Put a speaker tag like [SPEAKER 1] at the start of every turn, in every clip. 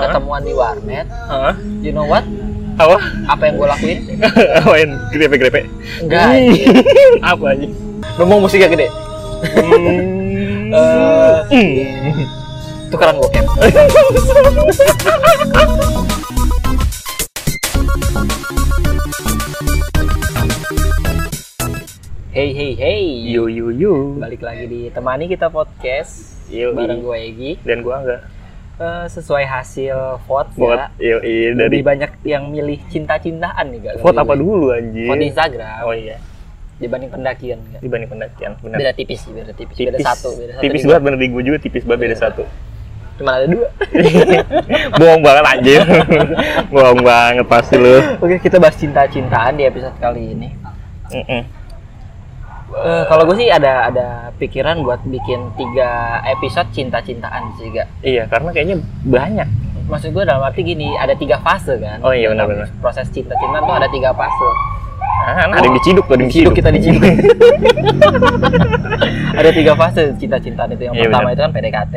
[SPEAKER 1] jualan di warnet,
[SPEAKER 2] Hah?
[SPEAKER 1] you know what?
[SPEAKER 2] Apa?
[SPEAKER 1] Apa yang gue lakuin?
[SPEAKER 2] Main grepe-grepe.
[SPEAKER 1] Enggak.
[SPEAKER 2] Apa anjing?
[SPEAKER 1] Ngomong musiknya gede.
[SPEAKER 2] Hmm.
[SPEAKER 1] Eh,
[SPEAKER 2] Hmm.
[SPEAKER 1] tukeran bokep. Hey hey hey.
[SPEAKER 2] Yo yo yo.
[SPEAKER 1] Balik lagi di temani kita podcast
[SPEAKER 2] Yo.
[SPEAKER 1] bareng gue Egi.
[SPEAKER 2] Dan gua enggak.
[SPEAKER 1] Eh, sesuai hasil vote,
[SPEAKER 2] Vote
[SPEAKER 1] ya.
[SPEAKER 2] yo i dari
[SPEAKER 1] Lebih banyak yang milih cinta-cintaan nih gak?
[SPEAKER 2] vote apa dulu anjing?
[SPEAKER 1] Vote di Instagram
[SPEAKER 2] Oh iya,
[SPEAKER 1] dibanding pendakian gak?
[SPEAKER 2] dibanding pendakian. Benar.
[SPEAKER 1] Beda tipis sih, beda tipis. Beda satu, beda satu. Iya.
[SPEAKER 2] tipis
[SPEAKER 1] juga.
[SPEAKER 2] banget bener di gua juga tipis banget beda satu.
[SPEAKER 1] Cuma ada dua.
[SPEAKER 2] Bohong banget anjir. Bohong banget pasti lu.
[SPEAKER 1] Oke, kita bahas cinta-cintaan di episode kali ini.
[SPEAKER 2] Mm-mm.
[SPEAKER 1] Eh, kalau gue sih ada ada pikiran buat bikin tiga episode cinta-cintaan sih gak?
[SPEAKER 2] Iya, karena kayaknya banyak.
[SPEAKER 1] Maksud gue dalam arti gini, ada tiga fase kan?
[SPEAKER 2] Oh iya, benar-benar.
[SPEAKER 1] Proses cinta-cintaan tuh ada tiga fase.
[SPEAKER 2] Ah, ada yang diciduk tuh, ada yang diciduk.
[SPEAKER 1] Hidup kita dicintai. ada tiga fase cinta-cintaan itu. Yang
[SPEAKER 2] Iya,
[SPEAKER 1] pertama
[SPEAKER 2] benar.
[SPEAKER 1] itu kan PDKT,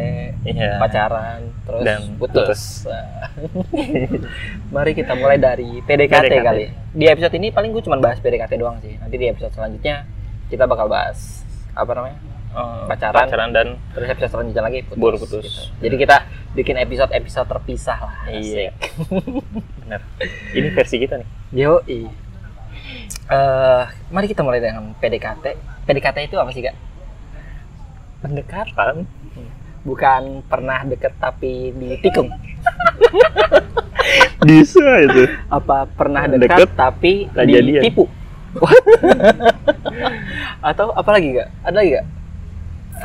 [SPEAKER 2] Iya.
[SPEAKER 1] pacaran, terus
[SPEAKER 2] Dan
[SPEAKER 1] putus.
[SPEAKER 2] putus.
[SPEAKER 1] Nah. Mari kita mulai dari PDKT,
[SPEAKER 2] PDKT.
[SPEAKER 1] kali. Di episode ini paling gue cuma bahas PDKT doang sih. Nanti di episode selanjutnya kita bakal bahas apa namanya?
[SPEAKER 2] Oh,
[SPEAKER 1] Pacaran.
[SPEAKER 2] pacaran dan
[SPEAKER 1] Terus episode selanjutnya lagi putus.
[SPEAKER 2] Baru putus.
[SPEAKER 1] gitu. Jadi kita bikin episode-episode terpisah lah.
[SPEAKER 2] Iya. Bener. Ini versi kita nih.
[SPEAKER 1] Yo, Eh, mari kita mulai dengan PDKT. PDKT itu apa sih, Kak?
[SPEAKER 2] Pendekatan.
[SPEAKER 1] Bukan pernah deket tapi ditikung.
[SPEAKER 2] Bisa itu.
[SPEAKER 1] Apa pernah dekat,
[SPEAKER 2] Deket,
[SPEAKER 1] tapi
[SPEAKER 2] tak jadian.
[SPEAKER 1] ditipu? Atau apa lagi, Kak? Ada lagi, Kak?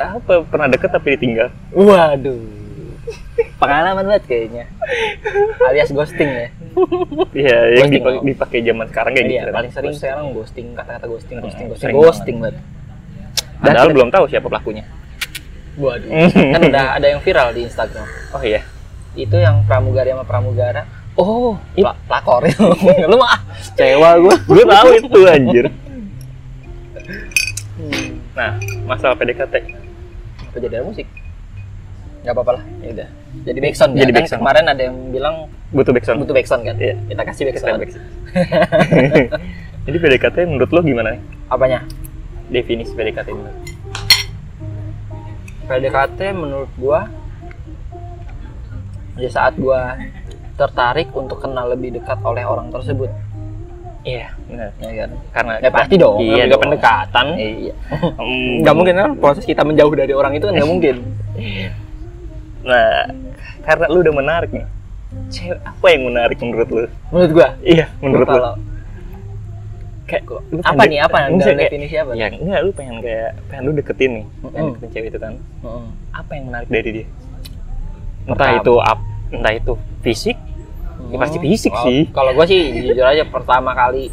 [SPEAKER 2] Apa pernah deket tapi ditinggal?
[SPEAKER 1] Waduh. Pengalaman banget kayaknya. Alias ghosting ya.
[SPEAKER 2] Iya, yang
[SPEAKER 1] Ghosting.
[SPEAKER 2] dipakai, dipakai zaman sekarang kayak
[SPEAKER 1] Iya,
[SPEAKER 2] gitu.
[SPEAKER 1] paling sering sekarang ghosting, kata-kata ghosting, ghosting,
[SPEAKER 2] Hmm,
[SPEAKER 1] ghosting,
[SPEAKER 2] sering
[SPEAKER 1] ghosting banget. Dan
[SPEAKER 2] Padahal
[SPEAKER 1] kita-
[SPEAKER 2] belum tahu siapa pelakunya.
[SPEAKER 1] Waduh. kan udah ada yang viral di Instagram.
[SPEAKER 2] Oh iya.
[SPEAKER 1] itu yang pramugari sama pramugara
[SPEAKER 2] Oh,
[SPEAKER 1] pla pelakor itu lu mah ah, kecewa gue
[SPEAKER 2] gue tahu itu anjir. Nah, masalah PDKT.
[SPEAKER 1] Hmm, apa jadi ada musik nggak apa-apa lah ya udah jadi backsound
[SPEAKER 2] Jadi
[SPEAKER 1] jadi kan
[SPEAKER 2] backsound.
[SPEAKER 1] kemarin ada yang bilang
[SPEAKER 2] Butuh backsound.
[SPEAKER 1] butuh backsound kan
[SPEAKER 2] Iya.
[SPEAKER 1] kita kasih
[SPEAKER 2] Kita
[SPEAKER 1] backsound
[SPEAKER 2] backsound. Jadi PDKT menurut lo gimana nih?
[SPEAKER 1] apanya
[SPEAKER 2] Definisi PDKT menurut lo?
[SPEAKER 1] PDKT menurut gua ya saat gua tertarik untuk kenal lebih dekat oleh orang tersebut
[SPEAKER 2] Iya, benar.
[SPEAKER 1] ya kan
[SPEAKER 2] Karena
[SPEAKER 1] ya pasti dong
[SPEAKER 2] Iya,
[SPEAKER 1] namanya
[SPEAKER 2] dong.
[SPEAKER 1] pendekatan iya
[SPEAKER 2] Hmm.
[SPEAKER 1] nggak mungkin kan proses kita menjauh dari orang itu kan nggak mungkin
[SPEAKER 2] Iya. Nah, karena lu udah menarik nih. Cewek apa yang menarik menurut lu?
[SPEAKER 1] menurut gua
[SPEAKER 2] Iya, menurut lu.
[SPEAKER 1] kalau
[SPEAKER 2] Kayak lu
[SPEAKER 1] apa
[SPEAKER 2] pengen-
[SPEAKER 1] nih apa
[SPEAKER 2] Enggak,
[SPEAKER 1] dalam
[SPEAKER 2] kayak-
[SPEAKER 1] definisi apa
[SPEAKER 2] Ya, enggak lu pengen kayak pengen lu deketin nih. Pengen
[SPEAKER 1] Mm-mm.
[SPEAKER 2] deketin cewek itu kan.
[SPEAKER 1] Heeh.
[SPEAKER 2] Apa yang menarik dari dia? Entah
[SPEAKER 1] Pertama.
[SPEAKER 2] itu ap- entah itu fisik. Ya, pasti fisik
[SPEAKER 1] Kalau-
[SPEAKER 2] sih.
[SPEAKER 1] Kalau gue sih jujur aja pertama kali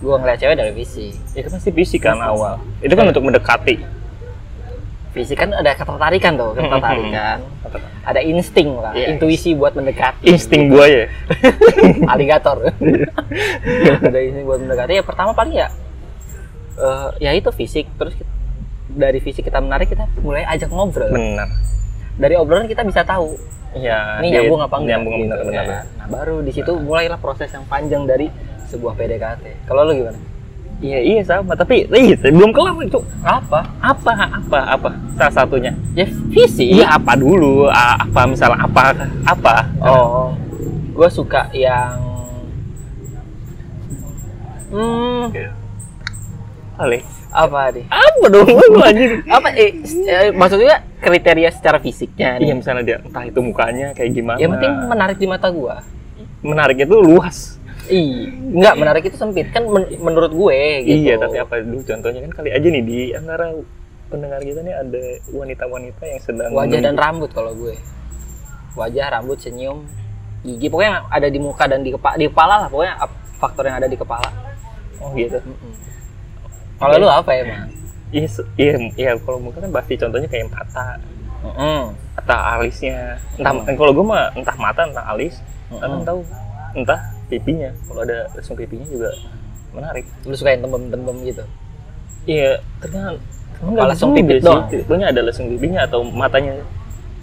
[SPEAKER 1] gue ngeliat cewek dari fisik.
[SPEAKER 2] Ya kan pasti fisik kan awal. Itu kan untuk mendekati.
[SPEAKER 1] Fisik kan ada ketertarikan tuh, ketertarikan. Ada insting lah,
[SPEAKER 2] Iya.
[SPEAKER 1] intuisi buat mendekati.
[SPEAKER 2] Insting gua ya.
[SPEAKER 1] Aligator. ada insting buat mendekati. Ya pertama paling ya, eh, ya itu fisik. Terus kita- dari fisik kita menarik kita mulai ajak ngobrol.
[SPEAKER 2] Benar.
[SPEAKER 1] Dari obrolan kita bisa tahu
[SPEAKER 2] Iya.
[SPEAKER 1] ini
[SPEAKER 2] dia-
[SPEAKER 1] nyambung apa enggak.
[SPEAKER 2] Nyambung
[SPEAKER 1] gitu,
[SPEAKER 2] benar benar.
[SPEAKER 1] kan. Nah baru di situ mulailah proses yang panjang dari sebuah PDKT. Kalau lu gimana?
[SPEAKER 2] Iya, iya sama, tapi iya, belum kelar itu.
[SPEAKER 1] Apa?
[SPEAKER 2] Apa apa apa salah satunya?
[SPEAKER 1] Ya fisik.
[SPEAKER 2] Iya apa dulu? A- Apa misalnya apa apa?
[SPEAKER 1] Oh, gue suka yang hmm
[SPEAKER 2] Kali.
[SPEAKER 1] apa nih?
[SPEAKER 2] Apa dong lu anjir?
[SPEAKER 1] Apa eh, s- eh, maksudnya kriteria secara fisiknya nih?
[SPEAKER 2] Iya misalnya dia entah itu mukanya kayak gimana.
[SPEAKER 1] Yang penting menarik di mata gue.
[SPEAKER 2] menariknya tuh luas.
[SPEAKER 1] Ih, enggak menarik itu sempit kan men- menurut gue gitu.
[SPEAKER 2] Iya, tapi apa dulu contohnya kan kali aja nih di antara pendengar kita nih ada wanita-wanita yang sedang
[SPEAKER 1] Wajah dan
[SPEAKER 2] menunggu.
[SPEAKER 1] rambut kalau gue. Wajah, rambut, senyum, gigi pokoknya ada di muka dan di kepala, di kepala lah pokoknya ap- faktor yang ada di kepala.
[SPEAKER 2] Oh gitu.
[SPEAKER 1] Mm-mm. Kalau lu apa emang?
[SPEAKER 2] Iya, se- iya, iya kalau mungkin kan pasti contohnya kayak mata
[SPEAKER 1] Mm-mm.
[SPEAKER 2] atau alisnya. Entah
[SPEAKER 1] Hmm.
[SPEAKER 2] kalau gue mah entah mata, entah alis,
[SPEAKER 1] Mm-mm.
[SPEAKER 2] entah tahu entah pipinya. Kalau ada lesung pipinya juga menarik.
[SPEAKER 1] Lu suka yang tembem-tembem gitu?
[SPEAKER 2] Iya, ternyata
[SPEAKER 1] Kalau lesung
[SPEAKER 2] pipit
[SPEAKER 1] pipit doang.
[SPEAKER 2] Pokoknya ada lesung pipinya atau matanya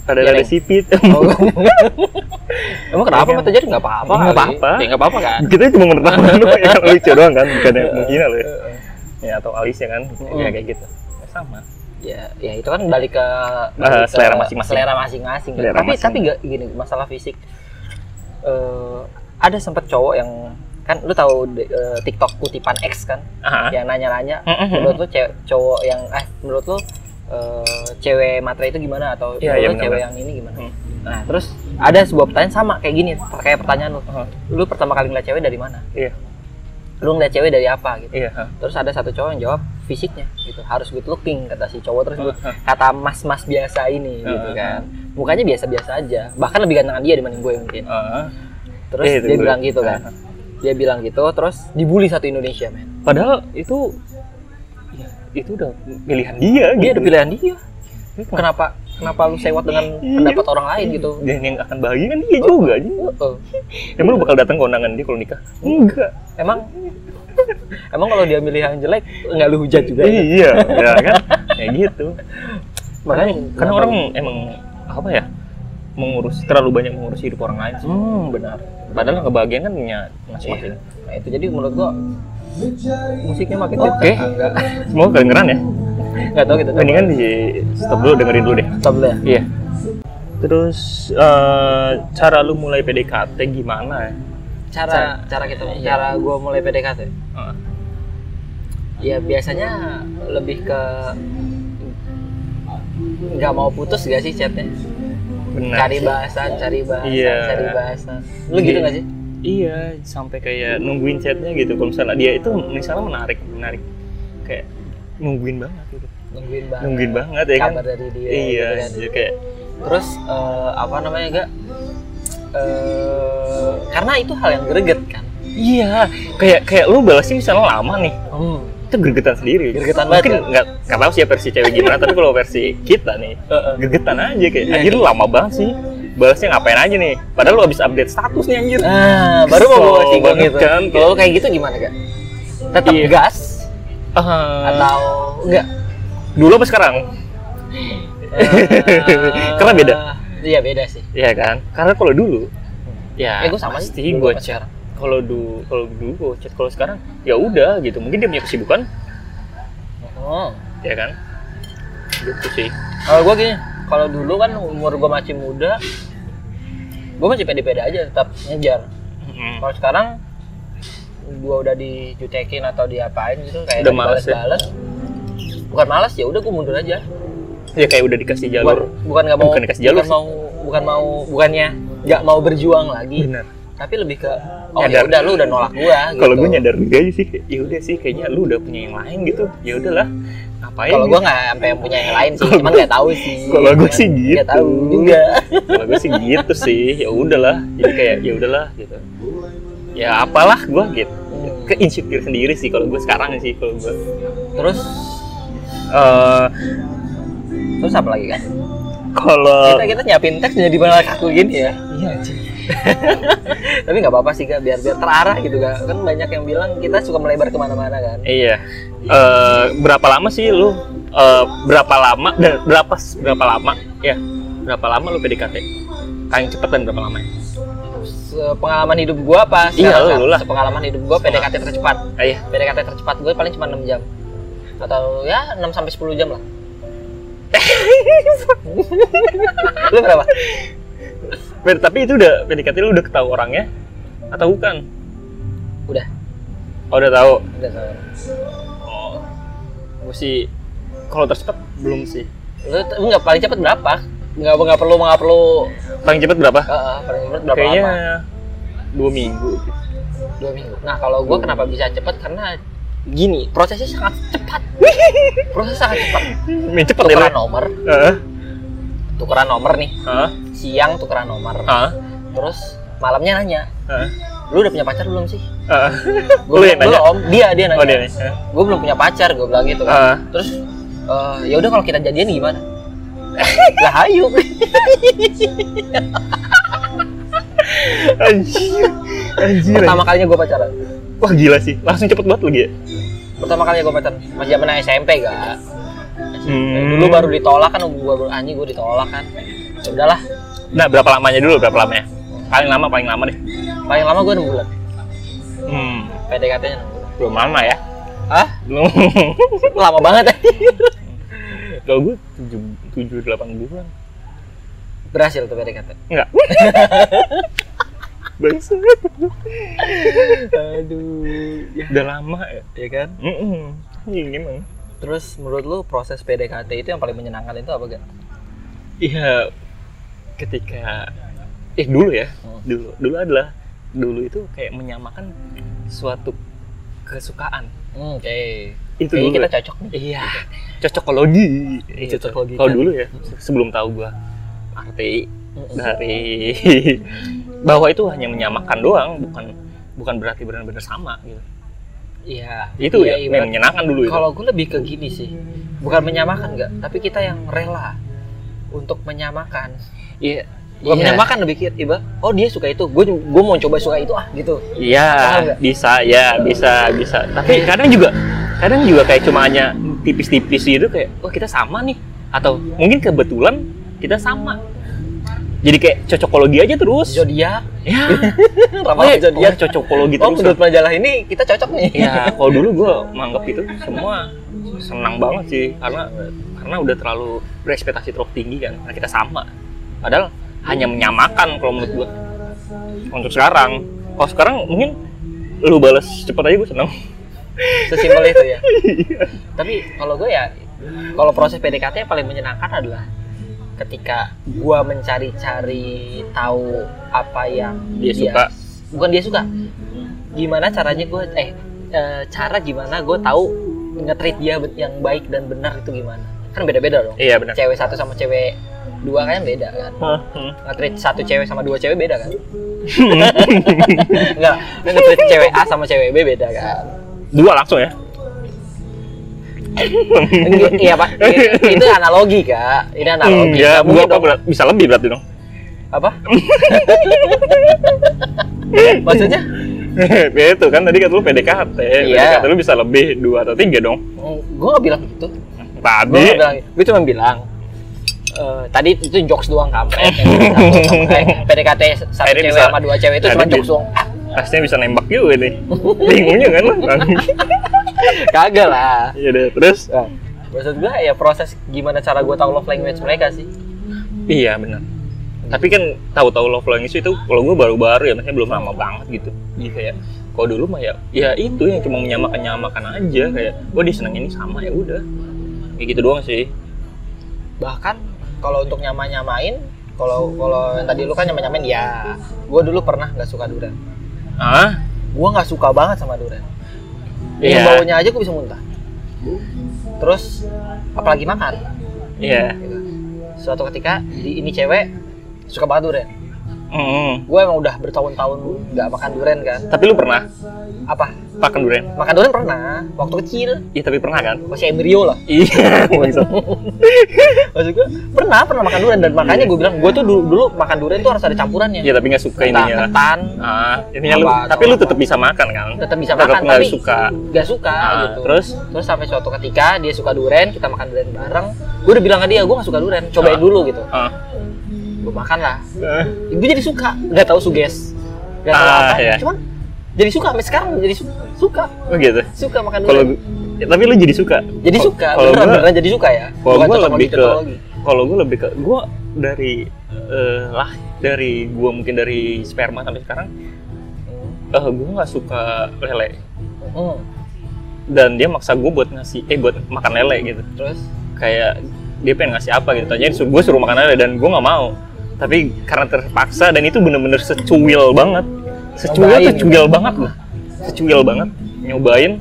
[SPEAKER 2] Ada-ada
[SPEAKER 1] Jaring.
[SPEAKER 2] sipit.
[SPEAKER 1] Oh. Emang kenapa
[SPEAKER 2] Iya.
[SPEAKER 1] mata jaring nggak apa-apa?
[SPEAKER 2] Nggak
[SPEAKER 1] kali.
[SPEAKER 2] apa-apa.
[SPEAKER 1] Ya, nggak apa-apa kan?
[SPEAKER 2] Kita cuma menertawakan doang ya kan lucu doang kan, bukan yang menghina loh ya.
[SPEAKER 1] Heeh.
[SPEAKER 2] ya. atau alisnya kan,
[SPEAKER 1] Hmm.
[SPEAKER 2] ya kayak gitu. Ya, sama.
[SPEAKER 1] Ya, ya itu kan balik ke, balik ke
[SPEAKER 2] selera masing-masing.
[SPEAKER 1] Eh, Selera masing-masing. kan.
[SPEAKER 2] Selera
[SPEAKER 1] Tapi
[SPEAKER 2] masing.
[SPEAKER 1] tapi nggak gini masalah fisik. Eh, ada sempat cowok yang kan lu tahu de- eh, TikTok kutipan X kan
[SPEAKER 2] Ah.
[SPEAKER 1] yang nanya-nanya
[SPEAKER 2] Mm-mm.
[SPEAKER 1] menurut lu cewek cowok yang eh menurut lu eh, cewek matre itu gimana atau menurut
[SPEAKER 2] Iya, iya,
[SPEAKER 1] lu cewek
[SPEAKER 2] benar-benar.
[SPEAKER 1] yang ini gimana
[SPEAKER 2] Hmm.
[SPEAKER 1] nah terus ada sebuah pertanyaan sama kayak gini kayak pertanyaan lu
[SPEAKER 2] Heeh.
[SPEAKER 1] lu pertama kali ngeliat cewek dari mana
[SPEAKER 2] Hmm. Iya,
[SPEAKER 1] lu ngeliat cewek dari apa gitu
[SPEAKER 2] iya. ah.
[SPEAKER 1] terus ada satu cowok yang jawab fisiknya gitu harus good looking kata si cowok terus
[SPEAKER 2] Heeh.
[SPEAKER 1] kata mas mas biasa ini gitu
[SPEAKER 2] Heeh.
[SPEAKER 1] kan mukanya biasa biasa aja bahkan lebih gantengan dia dibanding gue mungkin
[SPEAKER 2] Ah.
[SPEAKER 1] terus
[SPEAKER 2] Iya, itu
[SPEAKER 1] dia
[SPEAKER 2] gue. Hmm.
[SPEAKER 1] bilang gitu kan dia bilang gitu terus dibully satu Indonesia men
[SPEAKER 2] Padahal itu ya, itu udah pilihan dia
[SPEAKER 1] Iya, dia
[SPEAKER 2] gitu.
[SPEAKER 1] ada pilihan dia
[SPEAKER 2] Itu
[SPEAKER 1] kenapa kenapa lu sewot dengan
[SPEAKER 2] Iya.
[SPEAKER 1] pendapat orang lain gitu
[SPEAKER 2] Dan yang akan bahagia kan dia juga
[SPEAKER 1] Oh.
[SPEAKER 2] aja.
[SPEAKER 1] Heeh.
[SPEAKER 2] Emang lu bakal datang ke undangan dia kalau nikah? Enggak.
[SPEAKER 1] emang emang kalau dia milih yang jelek nggak lu hujat juga ya?
[SPEAKER 2] Iya, ya kan? Kayak gitu.
[SPEAKER 1] makanya
[SPEAKER 2] Karena
[SPEAKER 1] kenapa-
[SPEAKER 2] orang emang apa ya? Mengurus terlalu banyak mengurus hidup orang lain sih.
[SPEAKER 1] hmm benar
[SPEAKER 2] Padahal kebahagiaan kan punya masing-masing.
[SPEAKER 1] nah itu jadi menurut gua musiknya makin
[SPEAKER 2] Oke.
[SPEAKER 1] enggak
[SPEAKER 2] Semoga kedengeran
[SPEAKER 1] Iya.
[SPEAKER 2] ya.
[SPEAKER 1] nggak tahu gitu. kita
[SPEAKER 2] Mendingan di stop dulu dengerin dulu deh.
[SPEAKER 1] stop dulu ya
[SPEAKER 2] Iya. Terus eh, cara lu mulai PDKT gimana ya?
[SPEAKER 1] cara cara kita
[SPEAKER 2] Iya.
[SPEAKER 1] cara gue mulai PDKT
[SPEAKER 2] Heeh.
[SPEAKER 1] ya biasanya lebih ke nggak mau putus gak sih chatnya
[SPEAKER 2] Benar.
[SPEAKER 1] cari bahasan cari bahasan
[SPEAKER 2] Nah Iya.
[SPEAKER 1] cari bahasan lu gitu gak sih
[SPEAKER 2] Iya, sampai kayak nungguin chatnya gitu. Kalau misalnya dia itu misalnya menarik, menarik, kayak nungguin banget gitu.
[SPEAKER 1] nungguin banget
[SPEAKER 2] Nungguin banget ya kan?
[SPEAKER 1] Eh, kabar dari dia
[SPEAKER 2] iya,
[SPEAKER 1] gitu kan.
[SPEAKER 2] jadi kayak
[SPEAKER 1] terus eh, apa namanya gak Eh, karena itu hal yang greget kan
[SPEAKER 2] iya, kayak kayak lu balasnya misalnya lama nih, itu gergetan sendiri.
[SPEAKER 1] Gergetan
[SPEAKER 2] Mungkin
[SPEAKER 1] banget,
[SPEAKER 2] nggak nggak tahu sih ya versi cewek gimana, tapi kalau versi kita nih,
[SPEAKER 1] Heeh.
[SPEAKER 2] gergetan aja kayak
[SPEAKER 1] Iya,
[SPEAKER 2] anjir lu lama banget sih. Balasnya ngapain aja nih? Padahal lu habis update status nih anjir.
[SPEAKER 1] ah baru mau
[SPEAKER 2] Kesel
[SPEAKER 1] gue singgung
[SPEAKER 2] banget
[SPEAKER 1] gitu
[SPEAKER 2] kan,
[SPEAKER 1] kalau
[SPEAKER 2] kayak-
[SPEAKER 1] kayak gitu gimana gak tetap
[SPEAKER 2] Iya.
[SPEAKER 1] gas
[SPEAKER 2] Ah,
[SPEAKER 1] atau enggak
[SPEAKER 2] dulu apa sekarang? Karena beda.
[SPEAKER 1] iya beda sih
[SPEAKER 2] Iya kan? Karena kalau dulu ya,
[SPEAKER 1] Eh, gua sama sih.
[SPEAKER 2] pasti
[SPEAKER 1] Dulu
[SPEAKER 2] gue
[SPEAKER 1] sama
[SPEAKER 2] chat kalau dulu kalau dulu gue chat kalau sekarang ya udah gitu mungkin dia punya kesibukan
[SPEAKER 1] oh.
[SPEAKER 2] ya kan gitu sih
[SPEAKER 1] kalau gue gini kalau dulu kan umur gue masih muda gue masih pede-pede aja tetap ngejar
[SPEAKER 2] Mm.
[SPEAKER 1] kalau sekarang gue udah dijutekin atau diapain gitu kayak
[SPEAKER 2] Udah males ya?
[SPEAKER 1] balas bukan malas ya udah gue mundur aja
[SPEAKER 2] ya kayak udah dikasih
[SPEAKER 1] bukan
[SPEAKER 2] jalur
[SPEAKER 1] bukan nggak mau
[SPEAKER 2] Bukan dikasih jalur
[SPEAKER 1] bukan
[SPEAKER 2] sih.
[SPEAKER 1] mau bukan mau bukannya nggak mau berjuang lagi
[SPEAKER 2] benar
[SPEAKER 1] tapi lebih ke oh ya
[SPEAKER 2] Nyadar.
[SPEAKER 1] udah lu udah nolak gue gitu.
[SPEAKER 2] kalau gue nyadar dia aja sih kayak, ya udah sih kayaknya lu udah punya yang lain gitu ya udahlah ngapain
[SPEAKER 1] Kalau gue nggak sampai punya yang lain sih,
[SPEAKER 2] Kalau
[SPEAKER 1] cuman
[SPEAKER 2] gua-
[SPEAKER 1] nggak tahu sih.
[SPEAKER 2] kalau gue sih gitu
[SPEAKER 1] Nggak tahu juga.
[SPEAKER 2] kalau gue sih gitu sih ya udahlah jadi kayak ya udahlah gitu ya apalah gue gitu ke insecure sendiri sih kalau gue sekarang sih kalau gue
[SPEAKER 1] Terus
[SPEAKER 2] Eh,
[SPEAKER 1] terus apa lagi kan?
[SPEAKER 2] kalau
[SPEAKER 1] Kita kita nyiapin teks jadi malah kaku gini ya.
[SPEAKER 2] Eh, iya anjing.
[SPEAKER 1] Tapi nggak apa-apa sih kak, biar biar terarah gitu kak. Kan banyak yang bilang kita suka melebar kemana-mana kan.
[SPEAKER 2] Iya. Eh, berapa lama sih lu? eh, berapa lama? Dan berapa berapa lama? Ya, berapa lama lu PDKT? Paling cepat dan berapa lama? ya?
[SPEAKER 1] Pengalaman hidup gue apa?
[SPEAKER 2] Iya,
[SPEAKER 1] sekarang,
[SPEAKER 2] lu
[SPEAKER 1] Kak?
[SPEAKER 2] lah.
[SPEAKER 1] Sepengalaman hidup gue PDKT tercepat.
[SPEAKER 2] Ah, iya.
[SPEAKER 1] PDKT tercepat gue paling cuma 6 jam atau ya 6 sampai 10 jam lah. lu berapa?
[SPEAKER 2] Ber- Tapi itu udah PDKT lu udah ketahu orangnya atau bukan?
[SPEAKER 1] Udah,
[SPEAKER 2] Oh, udah tahu.
[SPEAKER 1] udah tahu.
[SPEAKER 2] Oh. Gue sih kalau tercepat belum sih.
[SPEAKER 1] Lu t- enggak paling cepat berapa? Enggak enggak perlu enggak perlu
[SPEAKER 2] Paling cepat berapa?
[SPEAKER 1] eh, eh, paling cepat berapa
[SPEAKER 2] Kayaknya
[SPEAKER 1] lama?
[SPEAKER 2] dua minggu.
[SPEAKER 1] Dua minggu. Nah, kalau gua kenapa bisa cepat karena gini, prosesnya sangat cepat. Prosesnya sangat cepat.
[SPEAKER 2] Main cepat ya.
[SPEAKER 1] Tukeran
[SPEAKER 2] Lu?
[SPEAKER 1] nomor,
[SPEAKER 2] Heeh.
[SPEAKER 1] tukeran nomor nih.
[SPEAKER 2] Hah?
[SPEAKER 1] Siang tukeran nomor.
[SPEAKER 2] Hah?
[SPEAKER 1] Terus malamnya nanya,
[SPEAKER 2] Hah?
[SPEAKER 1] "Lu udah punya pacar belum sih?"
[SPEAKER 2] Hah?
[SPEAKER 1] Gua
[SPEAKER 2] Lu yang
[SPEAKER 1] bilang,
[SPEAKER 2] nanya?
[SPEAKER 1] Belum, dia dia nanya.
[SPEAKER 2] Oh, dia Ah. nih. Hah?
[SPEAKER 1] Gue belum punya pacar, gue bilang gitu.
[SPEAKER 2] Hah?
[SPEAKER 1] Terus eh, ya udah kalau kita jadian gimana? lah hayu.
[SPEAKER 2] Anjir. Anjir.
[SPEAKER 1] Pertama kalinya gue pacaran.
[SPEAKER 2] Wah gila sih, langsung cepet banget lagi ya.
[SPEAKER 1] pertama kali gue pacaran masih zaman SMP gak
[SPEAKER 2] Hmm.
[SPEAKER 1] dulu baru ditolak kan gue baru anjing gue ditolak kan Ya udahlah
[SPEAKER 2] Nah, berapa lamanya dulu? Berapa lamanya? Paling lama, paling lama deh.
[SPEAKER 1] paling lama gue 6 bulan
[SPEAKER 2] Hmm,
[SPEAKER 1] PDKT-nya 6 bulan
[SPEAKER 2] belum lama ya.
[SPEAKER 1] ah
[SPEAKER 2] Belum.
[SPEAKER 1] lama banget eh.
[SPEAKER 2] Kalau gue tujuh, tujuh delapan bulan.
[SPEAKER 1] berhasil tuh PDKT
[SPEAKER 2] Enggak. Bangsat.
[SPEAKER 1] aduh ya,
[SPEAKER 2] Udah lama ya.
[SPEAKER 1] ya kan
[SPEAKER 2] Mm Ini emang.
[SPEAKER 1] terus menurut lu proses PDKT itu yang paling menyenangkan itu apa gak
[SPEAKER 2] Iya. Ketika eh dulu ya,
[SPEAKER 1] Hmm.
[SPEAKER 2] dulu dulu adalah dulu itu kayak menyamakan suatu kesukaan.
[SPEAKER 1] Hmm, oke
[SPEAKER 2] Itu
[SPEAKER 1] Kayaknya
[SPEAKER 2] dulu.
[SPEAKER 1] kita
[SPEAKER 2] ya.
[SPEAKER 1] cocok nih
[SPEAKER 2] Iya. Cocokologi.
[SPEAKER 1] Iya, cocokologi
[SPEAKER 2] Kalau
[SPEAKER 1] kan.
[SPEAKER 2] dulu ya, sebelum tahu gua arti
[SPEAKER 1] Gitu. Mm-mm.
[SPEAKER 2] Nah, dari bahwa itu hanya menyamakan doang, bukan bukan berarti benar-benar sama gitu.
[SPEAKER 1] Iya.
[SPEAKER 2] Itu
[SPEAKER 1] Iya,
[SPEAKER 2] ya,
[SPEAKER 1] iya,
[SPEAKER 2] yang menyenangkan dulu itu.
[SPEAKER 1] Kalau gue lebih ke gini sih, bukan menyamakan nggak, tapi kita yang rela untuk menyamakan.
[SPEAKER 2] Iya.
[SPEAKER 1] Bukan
[SPEAKER 2] Iya.
[SPEAKER 1] menyamakan lebih kira tiba, oh dia suka itu, gue gue mau coba suka itu ah gitu.
[SPEAKER 2] Iya,
[SPEAKER 1] Paham nggak?
[SPEAKER 2] bisa, ya, bisa, bisa. Tapi kadang juga, kadang juga kayak cuma hanya tipis-tipis gitu kayak, oh kita sama nih, atau mungkin kebetulan kita sama. Jadi kayak cocokologi aja terus.
[SPEAKER 1] Zodiak,
[SPEAKER 2] Ya,
[SPEAKER 1] ramalan
[SPEAKER 2] kayak,
[SPEAKER 1] zodiak.
[SPEAKER 2] oh, cocokologi
[SPEAKER 1] Oh
[SPEAKER 2] terus.
[SPEAKER 1] menurut majalah ini kita cocok nih.
[SPEAKER 2] ya kalau dulu gue menganggap itu semua senang banget sih karena karena udah terlalu berekspektasi terlalu tinggi kan karena kita sama padahal hanya menyamakan kalau menurut gue untuk sekarang kalau sekarang mungkin lu balas cepet aja gue seneng
[SPEAKER 1] Sesimpel itu ya.
[SPEAKER 2] Iya.
[SPEAKER 1] tapi kalau gue ya, kalau proses PDKT yang paling menyenangkan adalah ketika gue mencari-cari tahu apa yang
[SPEAKER 2] dia suka
[SPEAKER 1] bukan dia suka gimana caranya gue eh eh, cara gimana gue tahu nge-treat dia be- yang baik dan benar itu gimana kan beda-beda dong
[SPEAKER 2] iya benar
[SPEAKER 1] cewek satu sama cewek dua kan beda kan
[SPEAKER 2] Hah, hmm.
[SPEAKER 1] nge-treat satu cewek sama dua cewek beda kan enggak nge-treat cewek A sama cewek B beda kan
[SPEAKER 2] dua langsung ya
[SPEAKER 1] Ini- iya pak I- itu analogi kak ini analogi
[SPEAKER 2] ya
[SPEAKER 1] Nggak
[SPEAKER 2] gua
[SPEAKER 1] Nah, mungkin
[SPEAKER 2] apa
[SPEAKER 1] dong.
[SPEAKER 2] berat- bisa lebih berarti dong
[SPEAKER 1] apa maksudnya
[SPEAKER 2] ya itu kan tadi kata lu PDKT
[SPEAKER 1] Iya.
[SPEAKER 2] PDKT lu bisa lebih dua atau tiga dong
[SPEAKER 1] gue gak bilang gitu gue
[SPEAKER 2] tadi
[SPEAKER 1] bilang gue cuma bilang eh, tadi itu jokes doang kampret yang gue bilang, kampret. PDKT satu
[SPEAKER 2] Akhirnya
[SPEAKER 1] cewek
[SPEAKER 2] bisa-
[SPEAKER 1] sama dua cewek itu cuma
[SPEAKER 2] akhirnya
[SPEAKER 1] jokes
[SPEAKER 2] bisa-
[SPEAKER 1] doang
[SPEAKER 2] Tasnya bisa nembak juga nih. Bingungnya kan lu?
[SPEAKER 1] kagak lah
[SPEAKER 2] Iya deh. Terus?
[SPEAKER 1] Nah, maksud gue ya proses gimana cara gue tahu love language mereka sih
[SPEAKER 2] Iya benar. Tapi kan tahu-tahu love language itu kalau gue baru-baru ya, maksudnya belum lama banget gitu.
[SPEAKER 1] Iya.
[SPEAKER 2] Jadi kayak kalau dulu mah ya, ya itu yang cuma menyamakan nyamakan aja kayak, oh dia seneng ini sama ya udah. Kayak gitu doang sih.
[SPEAKER 1] bahkan kalau untuk nyama nyamain kalau kalau yang tadi lu kan nyama nyamain ya gue dulu pernah nggak suka durian
[SPEAKER 2] Ah?
[SPEAKER 1] gue nggak suka banget sama durian
[SPEAKER 2] Iya.
[SPEAKER 1] yang baunya aja gue bisa muntah terus apalagi makan
[SPEAKER 2] Iya.
[SPEAKER 1] gitu. suatu ketika di ini cewek suka banget durian
[SPEAKER 2] Mm.
[SPEAKER 1] gue emang udah bertahun-tahun nggak makan durian kan
[SPEAKER 2] Tapi lu pernah
[SPEAKER 1] apa
[SPEAKER 2] makan durian?
[SPEAKER 1] makan durian pernah waktu kecil
[SPEAKER 2] Iya tapi pernah kan?
[SPEAKER 1] masih embrio lah
[SPEAKER 2] Iya. maksud-
[SPEAKER 1] maksud gue pernah pernah makan durian dan makanya gue bilang gue tuh dulu, dulu makan durian tuh harus ada campurannya
[SPEAKER 2] Iya tapi nggak suka
[SPEAKER 1] ketan,
[SPEAKER 2] ininya.
[SPEAKER 1] ketan
[SPEAKER 2] Ah, intinya lu,
[SPEAKER 1] Apa,
[SPEAKER 2] tapi lu tetap bisa makan kan?
[SPEAKER 1] tetap bisa
[SPEAKER 2] Tetap
[SPEAKER 1] makan
[SPEAKER 2] nggak
[SPEAKER 1] tapi
[SPEAKER 2] suka.
[SPEAKER 1] nggak suka
[SPEAKER 2] Ah,
[SPEAKER 1] gitu
[SPEAKER 2] terus?
[SPEAKER 1] terus sampai suatu ketika dia suka durian kita makan durian bareng gue udah bilang ke dia gue nggak suka durian cobain
[SPEAKER 2] Ah.
[SPEAKER 1] dulu gitu
[SPEAKER 2] Ah.
[SPEAKER 1] gue makan lah
[SPEAKER 2] Ah.
[SPEAKER 1] gue jadi suka nggak tahu suges nggak tahu
[SPEAKER 2] Ah,
[SPEAKER 1] apa
[SPEAKER 2] iya.
[SPEAKER 1] cuman jadi suka sampai sekarang jadi su- suka
[SPEAKER 2] Oh gitu.
[SPEAKER 1] suka makan
[SPEAKER 2] Kalau
[SPEAKER 1] durian
[SPEAKER 2] gu- ya, tapi lu jadi suka.
[SPEAKER 1] Iya. jadi
[SPEAKER 2] Ko-
[SPEAKER 1] suka
[SPEAKER 2] Kalau
[SPEAKER 1] beneran,
[SPEAKER 2] gue
[SPEAKER 1] beneran jadi suka ya
[SPEAKER 2] kalau
[SPEAKER 1] Bukan
[SPEAKER 2] gua
[SPEAKER 1] cocok sama
[SPEAKER 2] lebih ke-
[SPEAKER 1] cocok lagi.
[SPEAKER 2] kalau gue lebih ke gue dari eh, lah dari gue mungkin dari sperma sampai sekarang eh gue nggak suka lele
[SPEAKER 1] Hmm,
[SPEAKER 2] dan dia maksa gue buat ngasih eh buat makan lele gitu
[SPEAKER 1] terus
[SPEAKER 2] kayak dia pengen ngasih apa gitu tanya gue suruh makan lele dan gue nggak mau tapi karena terpaksa dan itu bener-bener secuil banget secuil
[SPEAKER 1] Nyobain
[SPEAKER 2] tuh cuil banget lah secuil banget nyobain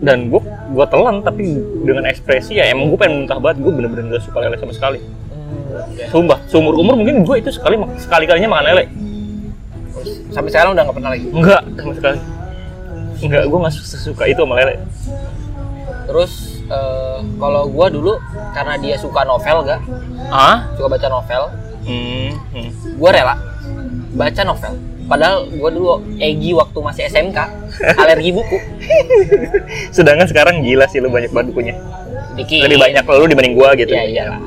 [SPEAKER 2] dan gue gue telan tapi dengan ekspresi ya emang gue pengen muntah banget gue bener-bener gak suka lele sama sekali
[SPEAKER 1] Hmm, ya.
[SPEAKER 2] Sumpah, seumur umur mungkin gue itu sekali sekali kalinya makan lele.
[SPEAKER 1] Terus, sampai sekarang udah nggak pernah lagi
[SPEAKER 2] Enggak, sama sekali. Enggak, gue nggak sesuka itu sama lele.
[SPEAKER 1] terus eh, kalau gua dulu karena dia suka novel gak
[SPEAKER 2] Ah?
[SPEAKER 1] suka baca novel
[SPEAKER 2] Hmm. hmm.
[SPEAKER 1] gua rela baca novel padahal gua dulu Egi waktu masih SMK alergi buku
[SPEAKER 2] Sedangkan sekarang gila sih lu banyak gitu. banget bukunya.
[SPEAKER 1] dikit Iya,
[SPEAKER 2] Lebih banyak lu dibanding gue gitu.
[SPEAKER 1] ya iyalah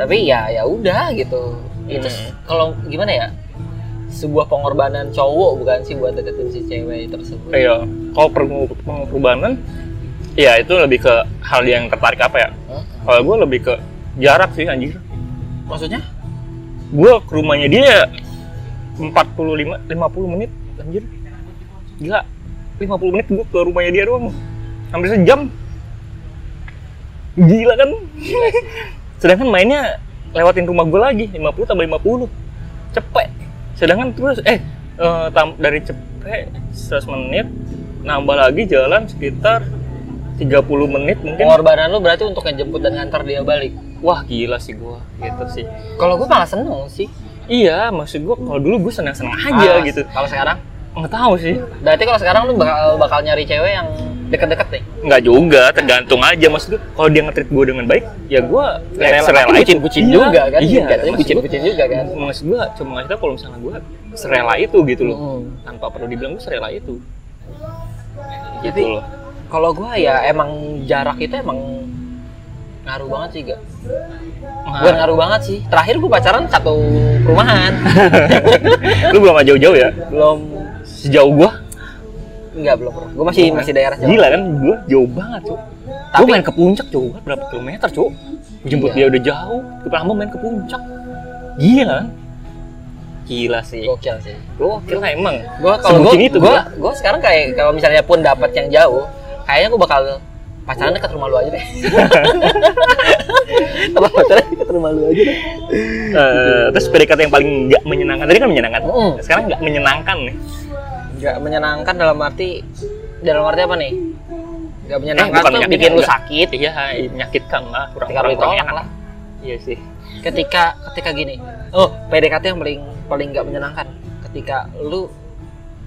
[SPEAKER 1] tapi ya ya udah gitu itu
[SPEAKER 2] Hmm.
[SPEAKER 1] kalau gimana ya sebuah pengorbanan cowok bukan sih buat deketin si cewek tersebut
[SPEAKER 2] Iya, kalau per- pengorbanan, ya itu lebih ke hal yang tertarik apa ya?
[SPEAKER 1] Hah?
[SPEAKER 2] Kalau gue lebih ke jarak sih anjir.
[SPEAKER 1] maksudnya
[SPEAKER 2] Gue ke rumahnya dia 45, 50 menit anjir. Gila, 50 menit gue ke rumahnya dia doang. Hampir sejam. Gila kan? Sedangkan mainnya lewatin rumah gue lagi, 50 tambah 50. Cepet. Sedangkan terus, eh, eh, tam- dari cepet 100 menit, nambah lagi jalan sekitar 30 menit mungkin.
[SPEAKER 1] pengorbanan lu berarti untuk ngejemput dan ngantar dia balik
[SPEAKER 2] Wah gila sih gue, gitu sih.
[SPEAKER 1] kalau gue malah seneng sih
[SPEAKER 2] Iya, maksud gue kalau dulu gue senang-senang aja
[SPEAKER 1] Ah,
[SPEAKER 2] gitu.
[SPEAKER 1] kalau sekarang
[SPEAKER 2] Nggak tahu sih.
[SPEAKER 1] berarti kalau sekarang lu bakal, bakal nyari cewek yang deket-deket nih
[SPEAKER 2] Nggak juga, tergantung aja. Maksud gue kalau dia nge-treat gue dengan baik, ya gue
[SPEAKER 1] Rela-
[SPEAKER 2] serela aja.
[SPEAKER 1] bucin-bucin juga kan
[SPEAKER 2] Iya,
[SPEAKER 1] katanya
[SPEAKER 2] maksud gue-
[SPEAKER 1] bucin-bucin juga kan
[SPEAKER 2] Maksud gue cuma ngasih tau kalau misalnya gue serela itu gitu loh.
[SPEAKER 1] Mm.
[SPEAKER 2] Tanpa perlu dibilang gue serela itu. Gitu
[SPEAKER 1] Jadi-
[SPEAKER 2] loh.
[SPEAKER 1] kalau gue ya emang jarak itu emang ngaruh banget sih gak bukan
[SPEAKER 2] Nah,
[SPEAKER 1] ngaruh banget sih terakhir gue pacaran satu perumahan
[SPEAKER 2] lu belum aja jauh-jauh ya?
[SPEAKER 1] belum
[SPEAKER 2] Sejauh gue,
[SPEAKER 1] enggak belum pernah gue masih masih daerah Jawa.
[SPEAKER 2] gila kan? Gue jauh banget, Cuk. Gue
[SPEAKER 1] Tapi-
[SPEAKER 2] main ke puncak jauh banget, berapa kilometer, Cuk. Gua Jemput
[SPEAKER 1] Iya.
[SPEAKER 2] dia udah jauh, ke Palembang main ke puncak. Gila kan? Gila sih.
[SPEAKER 1] gokil sih
[SPEAKER 2] Gokil lah emang.
[SPEAKER 1] gue kalau gue
[SPEAKER 2] Sebucin itu,
[SPEAKER 1] gue
[SPEAKER 2] gua.
[SPEAKER 1] gue sekarang kayak kalau misalnya pun dapat yang jauh kayaknya gue bakal pacaran dekat rumah lu aja deh apa pacaran dekat rumah lu aja deh
[SPEAKER 2] Eh, terus PDKT yang paling nggak menyenangkan tadi kan menyenangkan.
[SPEAKER 1] Mm.
[SPEAKER 2] Sekarang nggak menyenangkan nih. Eh,
[SPEAKER 1] nggak menyenangkan dalam arti dalam arti apa nih nggak menyenangkan
[SPEAKER 2] Eh, bukan
[SPEAKER 1] tuh
[SPEAKER 2] menyakitkan,
[SPEAKER 1] bikin lu
[SPEAKER 2] nggak.
[SPEAKER 1] sakit
[SPEAKER 2] Iya, menyakitkan lah. Kurang
[SPEAKER 1] ketika lu
[SPEAKER 2] kurang
[SPEAKER 1] ditolak
[SPEAKER 2] enak.
[SPEAKER 1] lah
[SPEAKER 2] Iya sih.
[SPEAKER 1] ketika ketika gini oh PDKT yang paling paling nggak menyenangkan ketika lu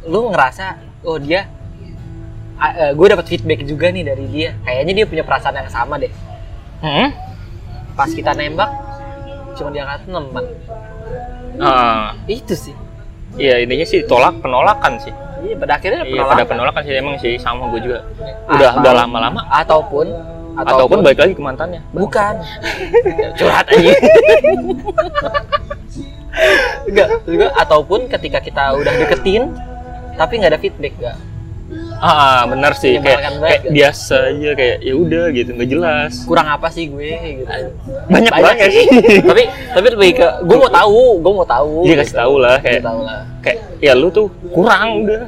[SPEAKER 1] lu ngerasa oh dia gue dapat feedback juga nih dari dia kayaknya dia punya perasaan yang sama deh
[SPEAKER 2] Hmm?
[SPEAKER 1] pas kita nembak cuma diangkat 6 Bang.
[SPEAKER 2] Ah,
[SPEAKER 1] itu sih
[SPEAKER 2] iya intinya sih tolak penolakan sih.
[SPEAKER 1] iya pada akhirnya
[SPEAKER 2] Iya,
[SPEAKER 1] penolakan
[SPEAKER 2] pada penolakan sih emang sih sama gue juga.
[SPEAKER 1] Ah,
[SPEAKER 2] Udah
[SPEAKER 1] maaf.
[SPEAKER 2] udah lama-lama
[SPEAKER 1] ataupun
[SPEAKER 2] ataupun balik lagi ke mantannya.
[SPEAKER 1] bukan
[SPEAKER 2] Curhat aja.
[SPEAKER 1] enggak maksud gua, ataupun ketika kita udah deketin tapi nggak ada feedback gak
[SPEAKER 2] ah, benar sih kayak,
[SPEAKER 1] Menyenangkan banget,
[SPEAKER 2] kayak
[SPEAKER 1] kan?
[SPEAKER 2] biasa aja kayak ya udah gitu nggak jelas.
[SPEAKER 1] kurang apa sih gue gitu
[SPEAKER 2] Banyak, banget sih.
[SPEAKER 1] tapi tapi lebih ke gue mau tahu gue mau tahu
[SPEAKER 2] Dia Iya, kasih tahu lah
[SPEAKER 1] Kasih
[SPEAKER 2] kayak
[SPEAKER 1] tahu lah
[SPEAKER 2] kayak ya lu tuh kurang udah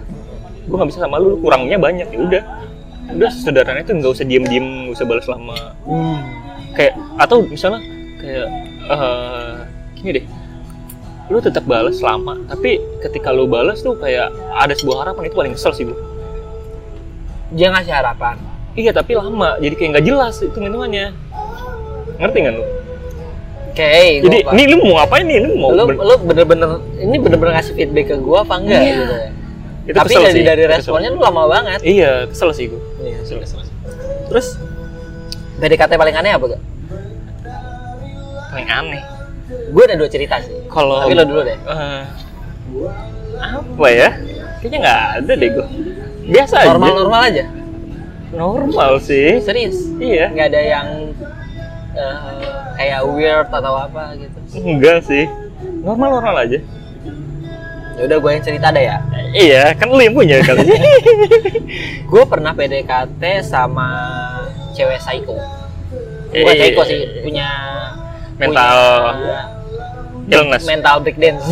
[SPEAKER 2] gue nggak bisa sama lu, lu kurangnya banyak ya udah udah sederhana itu nggak usah diem diem nggak usah balas lama
[SPEAKER 1] Hmm.
[SPEAKER 2] kayak atau misalnya kayak eh gini deh lu tetap balas lama tapi ketika lu balas tuh kayak ada sebuah harapan itu paling kesel sih gue
[SPEAKER 1] dia ngasih harapan
[SPEAKER 2] iya tapi lama jadi kayak nggak jelas itu hitungannya ngerti nggak lu
[SPEAKER 1] oke gua
[SPEAKER 2] jadi
[SPEAKER 1] paham.
[SPEAKER 2] nih lu mau ngapain nih lu mau
[SPEAKER 1] Iya, lu
[SPEAKER 2] ber-
[SPEAKER 1] lu bener-bener ini bener-bener ngasih feedback ke gue apa enggak
[SPEAKER 2] Iya.
[SPEAKER 1] gitu ya
[SPEAKER 2] itu
[SPEAKER 1] tapi
[SPEAKER 2] kesel
[SPEAKER 1] dari
[SPEAKER 2] sih,
[SPEAKER 1] dari
[SPEAKER 2] itu kesel.
[SPEAKER 1] responnya lu lama banget
[SPEAKER 2] iya kesel sih gue
[SPEAKER 1] Iya.
[SPEAKER 2] kesel kesel terus
[SPEAKER 1] PDKT paling aneh apa gak?
[SPEAKER 2] paling aneh
[SPEAKER 1] Gue ada dua cerita sih.
[SPEAKER 2] kalau
[SPEAKER 1] Tapi lo dulu deh.
[SPEAKER 2] Eh, apa ya? Kayaknya nggak ada deh gue. Biasa aja.
[SPEAKER 1] Normal-normal aja.
[SPEAKER 2] Normal sih.
[SPEAKER 1] Serius.
[SPEAKER 2] Iya.
[SPEAKER 1] Nggak ada yang eh, kayak weird atau apa gitu.
[SPEAKER 2] Enggak sih. Normal normal aja.
[SPEAKER 1] Ya udah gue yang cerita deh ya.
[SPEAKER 2] Eh, Iya, kan lu yang punya kan.
[SPEAKER 1] Gue pernah PDKT sama cewek psycho. Bukan
[SPEAKER 2] Eh,
[SPEAKER 1] psycho sih, punya
[SPEAKER 2] Mental
[SPEAKER 1] punya
[SPEAKER 2] illness.
[SPEAKER 1] mental breakdance.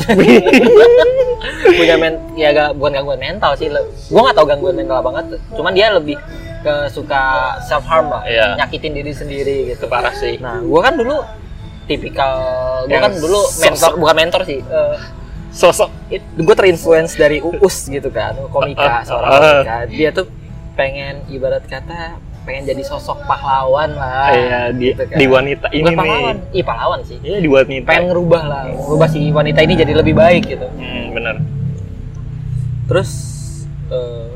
[SPEAKER 1] punya men ya gak, bukan gangguan mental sih. le- Gue nggak tahu gangguan mental banget. Cuman dia lebih ke suka self harm lah,
[SPEAKER 2] Iya.
[SPEAKER 1] nyakitin diri sendiri gitu.
[SPEAKER 2] Itu parah sih.
[SPEAKER 1] Nah, gua kan dulu tipikal gua
[SPEAKER 2] Yang
[SPEAKER 1] kan dulu mentor
[SPEAKER 2] sosok.
[SPEAKER 1] bukan mentor sih. eh,
[SPEAKER 2] Sosok.
[SPEAKER 1] it- gua terinfluence dari Uus gitu kan, komika seorang
[SPEAKER 2] Ah.
[SPEAKER 1] komika. Dia tuh pengen ibarat kata pengen jadi sosok pahlawan lah.
[SPEAKER 2] Iya, di,
[SPEAKER 1] gitu kan.
[SPEAKER 2] di wanita ini
[SPEAKER 1] Bukan
[SPEAKER 2] nih.
[SPEAKER 1] pahlawan, iya pahlawan sih.
[SPEAKER 2] Iya, di wanita.
[SPEAKER 1] Pengen ngerubah lah, ngerubah si wanita ini jadi lebih baik gitu.
[SPEAKER 2] Hmm, bener.
[SPEAKER 1] Terus eh,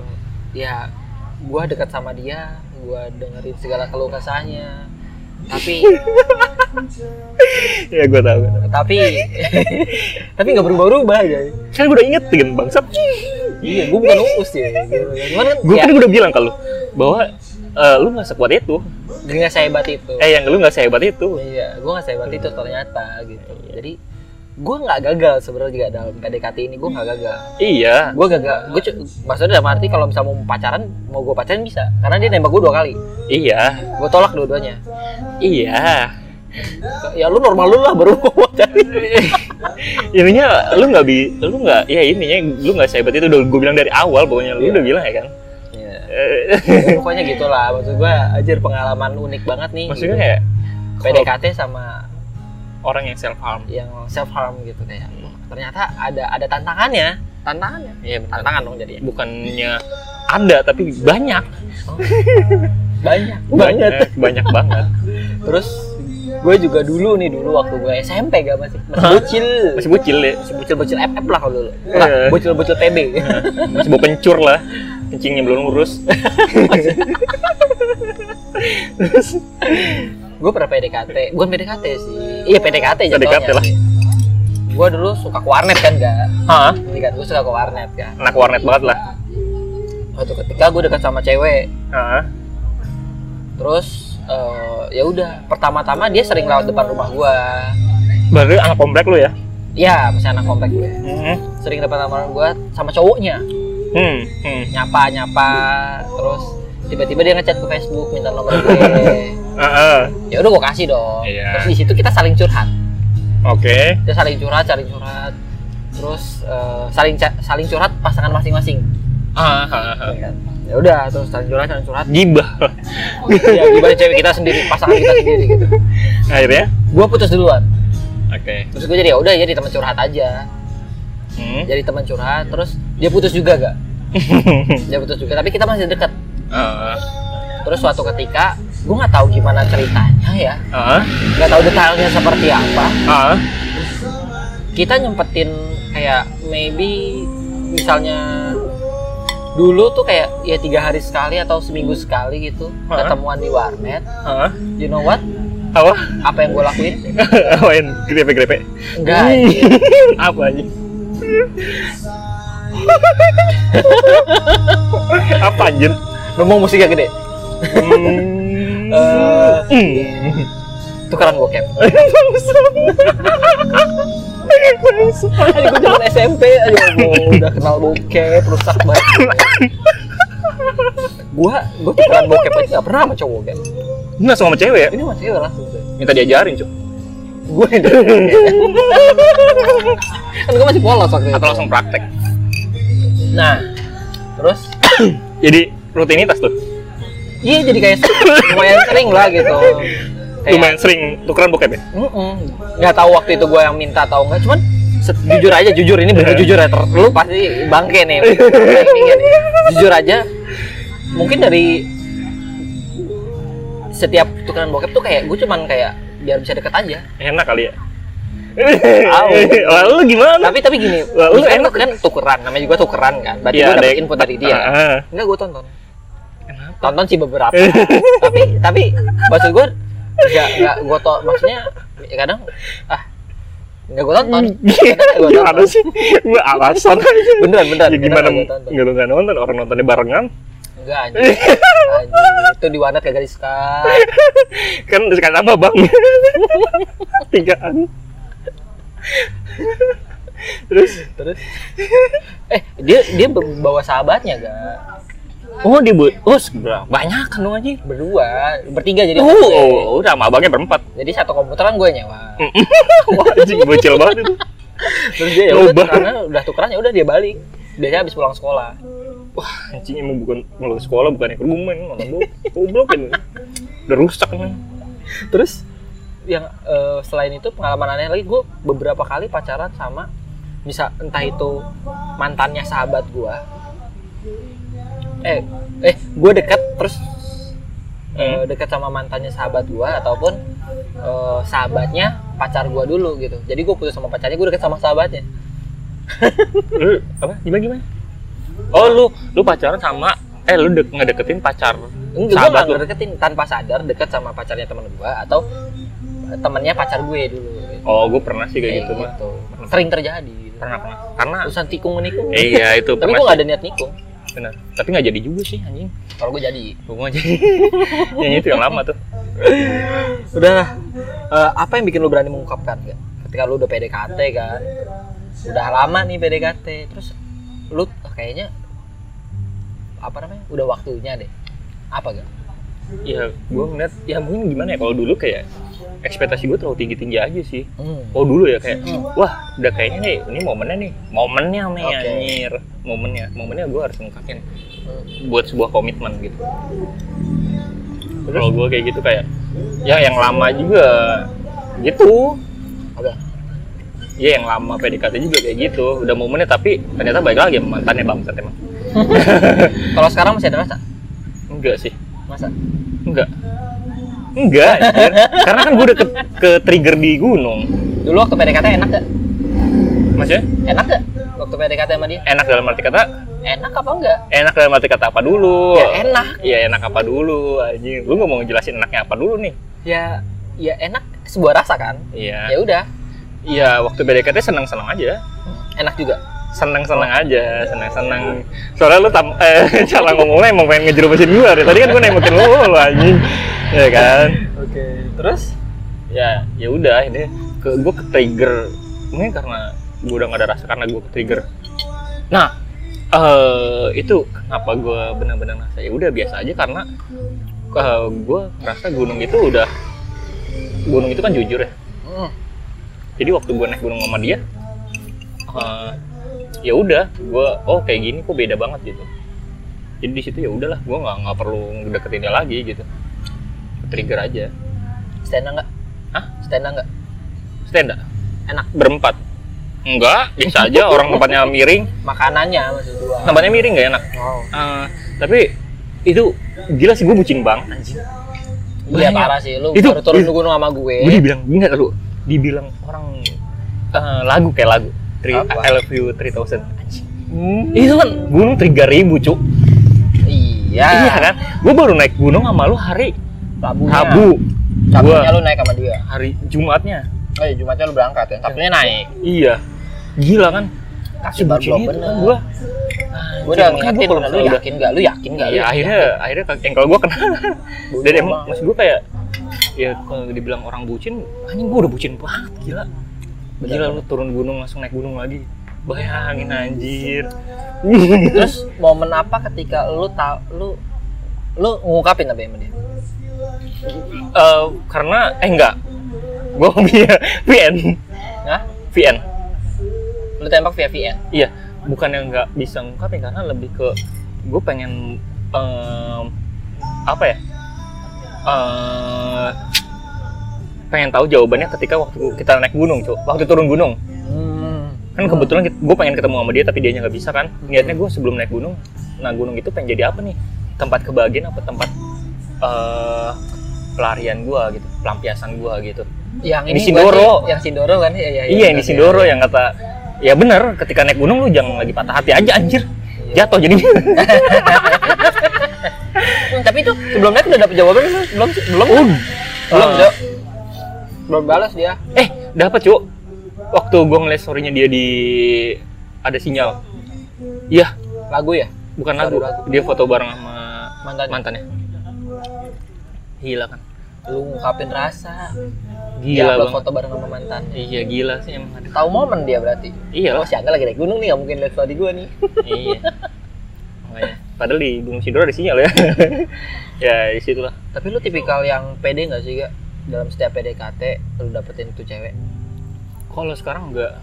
[SPEAKER 1] ya gua dekat sama dia, gua dengerin segala keluh kesahnya. Tapi
[SPEAKER 2] Iya, gue tahu. gua tahu.
[SPEAKER 1] tapi tapi nggak berubah-ubah guys.
[SPEAKER 2] Kan gue udah ingetin bangsat.
[SPEAKER 1] Iya, gue bukan uus ya. Cuman kan
[SPEAKER 2] Gue
[SPEAKER 1] ya,
[SPEAKER 2] kan udah bilang kalau bahwa eh, lu nggak sekuat itu
[SPEAKER 1] Gak sehebat itu.
[SPEAKER 2] eh yang lu nggak sehebat itu
[SPEAKER 1] Iya, gue gak sehebat itu ternyata gitu. Jadi gue nggak gagal sebenarnya juga dalam PDKT ini gue nggak gagal.
[SPEAKER 2] iya
[SPEAKER 1] Gue gagal. Gue maksudnya dalam arti kalau misalnya mau pacaran, mau gue pacaran bisa. Karena dia nembak gue dua kali.
[SPEAKER 2] iya
[SPEAKER 1] Gue tolak dua-duanya.
[SPEAKER 2] iya
[SPEAKER 1] Ya lu normal lu lah baru mau pacaran.
[SPEAKER 2] ininya lu nggak bi lu nggak ya ininya lu nggak sehebat itu udah gue bilang dari awal pokoknya lu
[SPEAKER 1] Iya.
[SPEAKER 2] udah bilang ya kan
[SPEAKER 1] Iya.
[SPEAKER 2] Eh,
[SPEAKER 1] Pokoknya gitulah. Maksud gue, anjir pengalaman unik banget nih. gitu.
[SPEAKER 2] maksudnya kayak kalau
[SPEAKER 1] PDKT sama
[SPEAKER 2] orang yang self harm
[SPEAKER 1] yang self harm gitu kayak ternyata ada ada tantangannya tantangannya
[SPEAKER 2] Iya, benar.
[SPEAKER 1] tantangan dong jadinya
[SPEAKER 2] bukannya ada tapi banyak
[SPEAKER 1] banyak
[SPEAKER 2] banyak banyak banget
[SPEAKER 1] terus gue juga dulu nih dulu waktu gue SMP gak masih masih
[SPEAKER 2] Hah?
[SPEAKER 1] bocil
[SPEAKER 2] masih bocil ya
[SPEAKER 1] masih bocil bocil FF lah kalau dulu Enggak,
[SPEAKER 2] Iya.
[SPEAKER 1] bocil bocil PB
[SPEAKER 2] masih bau kencur lah kencingnya belum lurus
[SPEAKER 1] gue pernah PDKT bukan PDKT sih iya PDKT
[SPEAKER 2] PDKT lah.
[SPEAKER 1] gue dulu suka ke warnet kan gak
[SPEAKER 2] Hah?
[SPEAKER 1] Iya kan gue suka ke warnet kan
[SPEAKER 2] anak warnet banget lah
[SPEAKER 1] waktu ketika gue dekat sama cewek
[SPEAKER 2] Hah?
[SPEAKER 1] terus eh, ya udah pertama-tama dia sering lewat depan rumah gue
[SPEAKER 2] baru anak komplek lu ya
[SPEAKER 1] ya masih anak komplek gue
[SPEAKER 2] hmm.
[SPEAKER 1] sering dapat lamaran gue sama cowoknya
[SPEAKER 2] Hmm. hmm.
[SPEAKER 1] nyapa nyapa terus tiba-tiba dia ngechat ke Facebook minta nomor gue
[SPEAKER 2] Ah, ah.
[SPEAKER 1] ya udah gue kasih dong
[SPEAKER 2] Iya.
[SPEAKER 1] terus di situ kita saling curhat
[SPEAKER 2] oke
[SPEAKER 1] kita saling curhat saling curhat terus eh, saling ca- saling curhat pasangan masing-masing
[SPEAKER 2] Ah, ah, ah.
[SPEAKER 1] ya udah terus saling curhat saling curhat
[SPEAKER 2] gibah
[SPEAKER 1] ya gimana cewek kita sendiri pasangan kita sendiri gitu
[SPEAKER 2] akhirnya
[SPEAKER 1] gue putus duluan
[SPEAKER 2] oke
[SPEAKER 1] terus gue jadi ya udah jadi teman curhat aja
[SPEAKER 2] Hmm.
[SPEAKER 1] jadi teman curhat terus dia putus juga gak dia putus juga tapi kita masih dekat
[SPEAKER 2] Ah,
[SPEAKER 1] Terus suatu ketika, gue nggak tahu gimana ceritanya ya,
[SPEAKER 2] ah,
[SPEAKER 1] nggak tahu detailnya seperti apa.
[SPEAKER 2] ah.
[SPEAKER 1] Kita nyempetin kayak maybe misalnya dulu tuh kayak ya tiga hari sekali atau seminggu sekali gitu
[SPEAKER 2] Hah?
[SPEAKER 1] ketemuan di warnet.
[SPEAKER 2] Ah.
[SPEAKER 1] You know what?
[SPEAKER 2] apa
[SPEAKER 1] Apa yang gue lakuin?
[SPEAKER 2] main grepe grepe
[SPEAKER 1] Enggak.
[SPEAKER 2] apa aja apa anjir
[SPEAKER 1] Ngomong musiknya gede.
[SPEAKER 2] Hmm.
[SPEAKER 1] Eh,
[SPEAKER 2] Hmm.
[SPEAKER 1] tukaran bokep.
[SPEAKER 2] Bangsat.
[SPEAKER 1] Aduh, gue zaman SMP aja udah kenal bokep, rusak banget. gua gua tukaran bokep aja nggak pernah sama cowok kan.
[SPEAKER 2] Nah, sama cewek ya?
[SPEAKER 1] Ini masih cewek langsung. Shay.
[SPEAKER 2] Minta diajarin, Cuk.
[SPEAKER 1] gue yang dari kan gue masih polos waktu itu
[SPEAKER 2] Atau langsung praktek.
[SPEAKER 1] nah terus
[SPEAKER 2] Jadi rutinitas tuh.
[SPEAKER 1] iya jadi kayak lumayan sering lah gitu kayak
[SPEAKER 2] Lumayan sering tukeran bokep ya?
[SPEAKER 1] mm-mm. nggak tahu waktu itu gue yang minta atau enggak cuman se- jujur aja jujur ini bener jujur ya ter- lu pasti bangke nih
[SPEAKER 2] Iya.
[SPEAKER 1] Ini kan. jujur aja mungkin dari setiap tukeran bokep tuh kayak gue cuman kayak biar bisa deket aja
[SPEAKER 2] Enak kali ya?
[SPEAKER 1] Au.
[SPEAKER 2] Lalu gimana?
[SPEAKER 1] tapi tapi gini
[SPEAKER 2] Lah, lu
[SPEAKER 1] kan,
[SPEAKER 2] enak.
[SPEAKER 1] kan tukeran namanya juga tukeran kan berarti
[SPEAKER 2] Iya,
[SPEAKER 1] gue dapet
[SPEAKER 2] ada-
[SPEAKER 1] info dari dia
[SPEAKER 2] Ah, ah.
[SPEAKER 1] Enggak gue tonton. Tonton sih beberapa. tapi tapi maksud gue enggak enggak gue to maksudnya ya kadang ah enggak gue tonton. Kadang nggak gua
[SPEAKER 2] Hmm. Gimana
[SPEAKER 1] tonton.
[SPEAKER 2] Iya, sih? Gue Iya, alasan aja.
[SPEAKER 1] Beneran beneran. beneran
[SPEAKER 2] Ya gimana
[SPEAKER 1] nggak gua tonton.
[SPEAKER 2] nggak lu nggak nonton orang nontonnya barengan
[SPEAKER 1] Enggak anjing. Anjing, Itu di warnet kagak diska.
[SPEAKER 2] kan sekarang apa bang tigaan terus
[SPEAKER 1] Terus eh dia dia bawa sahabatnya gak
[SPEAKER 2] oh di oh seberapa banyak kan dong anjing
[SPEAKER 1] berdua bertiga jadi
[SPEAKER 2] oh,
[SPEAKER 1] satu
[SPEAKER 2] oh,
[SPEAKER 1] gue.
[SPEAKER 2] udah sama abangnya berempat
[SPEAKER 1] jadi satu komputeran gue nyewa
[SPEAKER 2] Wah, anjing bocil banget itu
[SPEAKER 1] terus dia ya udah
[SPEAKER 2] Nyoba.
[SPEAKER 1] karena udah tukeran ya udah dia balik biasanya habis pulang sekolah
[SPEAKER 2] anjing emang bukan kalau sekolah bukan ikut gue main nonton lu goblok kan udah rusak kan
[SPEAKER 1] terus yang eh, selain itu pengalaman aneh lagi gue beberapa kali pacaran sama bisa entah itu mantannya sahabat gue eh eh gue dekat terus eh,
[SPEAKER 2] Hmm.
[SPEAKER 1] dekat sama mantannya sahabat gue ataupun eh, sahabatnya pacar gue dulu gitu jadi gue putus sama pacarnya gue deket sama sahabatnya
[SPEAKER 2] lu Eh, apa gimana gimana oh lu lu pacaran sama eh lu de ngedeketin pacar
[SPEAKER 1] enggak gue
[SPEAKER 2] sahabat lu
[SPEAKER 1] nggak deketin tanpa sadar deket sama pacarnya teman gue atau eh, temennya pacar gue dulu gitu.
[SPEAKER 2] oh gue pernah sih kayak gitu mah
[SPEAKER 1] gitu. sering terjadi
[SPEAKER 2] pernah pernah karena
[SPEAKER 1] urusan tikung menikung
[SPEAKER 2] iya itu
[SPEAKER 1] tapi
[SPEAKER 2] pernah
[SPEAKER 1] gue
[SPEAKER 2] sih.
[SPEAKER 1] gak ada niat nikung
[SPEAKER 2] benar tapi nggak jadi juga sih anjing
[SPEAKER 1] Kalau gue jadi.
[SPEAKER 2] hubungan jadi yang itu yang lama tuh
[SPEAKER 1] Udah lah. Eh, apa yang bikin lu berani mengungkapkan Gak? Ketika lu udah PDKT kan. Udah lama nih PDKT. Terus lu ah, kayaknya apa namanya? Udah waktunya deh. Apa gak?
[SPEAKER 2] ya gue ngeliat ya mungkin gimana ya kalau dulu kayak ekspektasi gue terlalu tinggi tinggi aja sih
[SPEAKER 1] Hmm.
[SPEAKER 2] Oh dulu ya kayak,
[SPEAKER 1] Hmm.
[SPEAKER 2] wah udah kayaknya nih, ini momennya nih, momennya nih
[SPEAKER 1] Oke.
[SPEAKER 2] anjir, momennya, momennya gue harus ngungkapin
[SPEAKER 1] Hmm.
[SPEAKER 2] buat sebuah komitmen gitu. Kalau gue kayak gitu kayak, ya yang lama juga gitu,
[SPEAKER 1] Apa?
[SPEAKER 2] ya yang lama PDKT juga kayak gitu, udah momennya tapi ternyata baik lagi sama mantannya bangsat emang.
[SPEAKER 1] Kalau sekarang masih ada masa?
[SPEAKER 2] Enggak sih,
[SPEAKER 1] Masa?
[SPEAKER 2] enggak, enggak, anjir. karena kan gue udah ke, ke trigger di gunung,
[SPEAKER 1] Dulu waktu PDKT enak gak?
[SPEAKER 2] maksudnya
[SPEAKER 1] Enak gak? Waktu PDKT sama dia?
[SPEAKER 2] enak dalam arti kata
[SPEAKER 1] Enak apa enggak?
[SPEAKER 2] enak dalam arti kata apa dulu?
[SPEAKER 1] Ya, enak.
[SPEAKER 2] Iya enak apa dulu? Anjing, lu nggak mau ngejelasin enaknya apa dulu nih?
[SPEAKER 1] Ya ya enak sebuah rasa kan? Ya
[SPEAKER 2] Iya.
[SPEAKER 1] udah,
[SPEAKER 2] Iya waktu PDKT senang-senang aja,
[SPEAKER 1] enak juga.
[SPEAKER 2] senang-senang aja, senang-senang. Soalnya lu tam eh, cara ngomongnya emang pengen ngejerumesin gua. Dari tadi kan gua nembakin lu, lu anjing, ya kan?
[SPEAKER 1] Oke, terus
[SPEAKER 2] Ya ya udah ini ke gua ke trigger mungkin karena gua udah nggak ada rasa karena gua ke trigger. Nah eh itu kenapa gua benar-benar ngerasa ya udah biasa aja karena eh, gua ngerasa gunung itu udah gunung itu kan jujur ya
[SPEAKER 1] Hmm,
[SPEAKER 2] jadi waktu gue naik gunung sama dia eh, ya udah gue oh kayak gini kok beda banget gitu jadi di situ ya udahlah gue nggak nggak perlu deketin dia lagi gitu trigger aja
[SPEAKER 1] stand enggak?
[SPEAKER 2] Hah?
[SPEAKER 1] Stand enggak?
[SPEAKER 2] stand up
[SPEAKER 1] Enak.
[SPEAKER 2] berempat enggak biasa aja orang tempatnya miring
[SPEAKER 1] Makanannya maksud gua.
[SPEAKER 2] tempatnya miring nggak enak
[SPEAKER 1] Oh.
[SPEAKER 2] Eh, tapi itu gila sih gue bucin bang anjing
[SPEAKER 1] Iya
[SPEAKER 2] Banyak.
[SPEAKER 1] parah sih lu
[SPEAKER 2] Itu-
[SPEAKER 1] baru turun
[SPEAKER 2] itu-
[SPEAKER 1] gunung sama
[SPEAKER 2] gue
[SPEAKER 1] gue.
[SPEAKER 2] dibilang ingat lu dibilang orang eh, lagu kayak lagu Three,
[SPEAKER 1] Apa? Hmm.
[SPEAKER 2] I love you 3000 anjing Itu kan gunung 3000, Cuk.
[SPEAKER 1] Iya.
[SPEAKER 2] Iya kan? Gua baru naik gunung sama lu hari
[SPEAKER 1] Rabunya.
[SPEAKER 2] Rabu.
[SPEAKER 1] Sabtunya
[SPEAKER 2] Gua
[SPEAKER 1] lu naik sama dia.
[SPEAKER 2] hari Jumatnya.
[SPEAKER 1] Oh, iya, Jumatnya lu berangkat ya. Sabtunya naik.
[SPEAKER 2] Iya. Gila kan?
[SPEAKER 1] Kasih baru belum
[SPEAKER 2] Bucin itu
[SPEAKER 1] bener. Ah,
[SPEAKER 2] kan gua.
[SPEAKER 1] Gua udah
[SPEAKER 2] Makanya
[SPEAKER 1] ngingetin
[SPEAKER 2] gua kalau
[SPEAKER 1] lu
[SPEAKER 2] misalnya udah-
[SPEAKER 1] yakin enggak? Lu yakin enggak?
[SPEAKER 2] Iya, akhirnya akhirnya yang kalau gua kena. Dan emang maksud gua kayak ya kalau dibilang orang bucin, anjing gua udah bucin banget, gila.
[SPEAKER 1] Bener,
[SPEAKER 2] Gila lu turun gunung langsung naik gunung lagi. Bayangin anjir.
[SPEAKER 1] Terus momen apa ketika lu tau lu lu ngungkapin apa yang sama dia?
[SPEAKER 2] Eh, karena eh enggak. Gua punya VN,
[SPEAKER 1] Hah?
[SPEAKER 2] VN.
[SPEAKER 1] Lu tembak via VN.
[SPEAKER 2] Iya, bukan yang nggak bisa ngungkapin karena lebih ke gue pengen em, apa ya? Eh, pengen tahu jawabannya ketika waktu kita naik gunung, cuy. Waktu turun gunung.
[SPEAKER 1] Hmm.
[SPEAKER 2] Kan kebetulan gue pengen ketemu sama dia tapi dia nggak bisa kan. Niatnya gue sebelum naik gunung, nah gunung itu pengen jadi apa nih? Tempat kebahagiaan apa tempat eh, pelarian gue gitu, pelampiasan gue gitu.
[SPEAKER 1] Yang
[SPEAKER 2] Yang
[SPEAKER 1] ini
[SPEAKER 2] di Sindoro.
[SPEAKER 1] berarti- yang Sindoro kan? Iya, iya,
[SPEAKER 2] Iya, yang di Sindoro yang kata ya bener ketika naik gunung lu jangan lagi patah hati aja anjir.
[SPEAKER 1] Iya.
[SPEAKER 2] Jatuh jadi
[SPEAKER 1] Hmm, tapi itu sebelum naik udah dapet jawaban belum? Belum, sih? belum,
[SPEAKER 2] Un.
[SPEAKER 1] belum,
[SPEAKER 2] Eh.
[SPEAKER 1] Jok. Belum balas dia.
[SPEAKER 2] Eh, dapat cuk. Waktu gua ngeliat story-nya dia di ada sinyal. Iya,
[SPEAKER 1] Lagu ya?
[SPEAKER 2] bukan lagu.
[SPEAKER 1] Baru lagu.
[SPEAKER 2] Dia foto bareng sama
[SPEAKER 1] Mantan.
[SPEAKER 2] mantannya. Gila kan.
[SPEAKER 1] Lu ngungkapin rasa. Dia
[SPEAKER 2] Gila
[SPEAKER 1] upload
[SPEAKER 2] Iya, bang.
[SPEAKER 1] foto bareng sama mantannya.
[SPEAKER 2] Iya gila sih emang. Aduh.
[SPEAKER 1] Tahu momen dia berarti.
[SPEAKER 2] Iya
[SPEAKER 1] Oh,
[SPEAKER 2] lah.
[SPEAKER 1] si Angga lagi naik gunung nih, nggak mungkin lihat tadi gua nih.
[SPEAKER 2] iya. Makanya. Padahal di Gunung Sidoro ada sinyal ya. ya di situ lah.
[SPEAKER 1] tapi lu tipikal yang pede nggak sih, Ga? Dalam setiap PDKT, lu dapetin tuh cewek.
[SPEAKER 2] Kalau sekarang enggak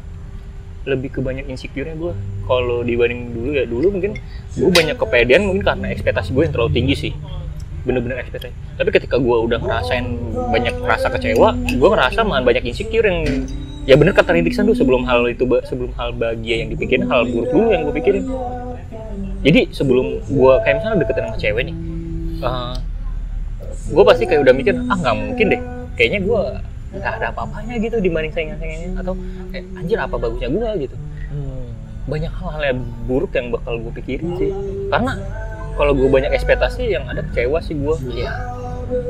[SPEAKER 2] lebih ke banyak insecure-nya gue kalau dibanding dulu ya dulu mungkin gue banyak kepedean mungkin karena ekspektasi gue yang terlalu tinggi sih bener-bener ekspektasi tapi ketika gue udah ngerasain banyak rasa kecewa gue ngerasa malah banyak insecure yang ya bener kata Rintik Sandu sebelum hal itu ba- sebelum hal bahagia yang dipikirin hal buruk dulu yang gue pikirin jadi sebelum gue kayak misalnya deketin sama cewek nih eh, gue pasti kayak udah mikir ah nggak mungkin deh kayaknya gue nggak ada apa-apanya gitu dibanding saingan-saingannya atau kayak anjir apa bagusnya gue gitu banyak hal-hal yang buruk yang bakal gue pikirin sih karena kalau gue banyak ekspektasi yang ada kecewa sih gue
[SPEAKER 1] Iya.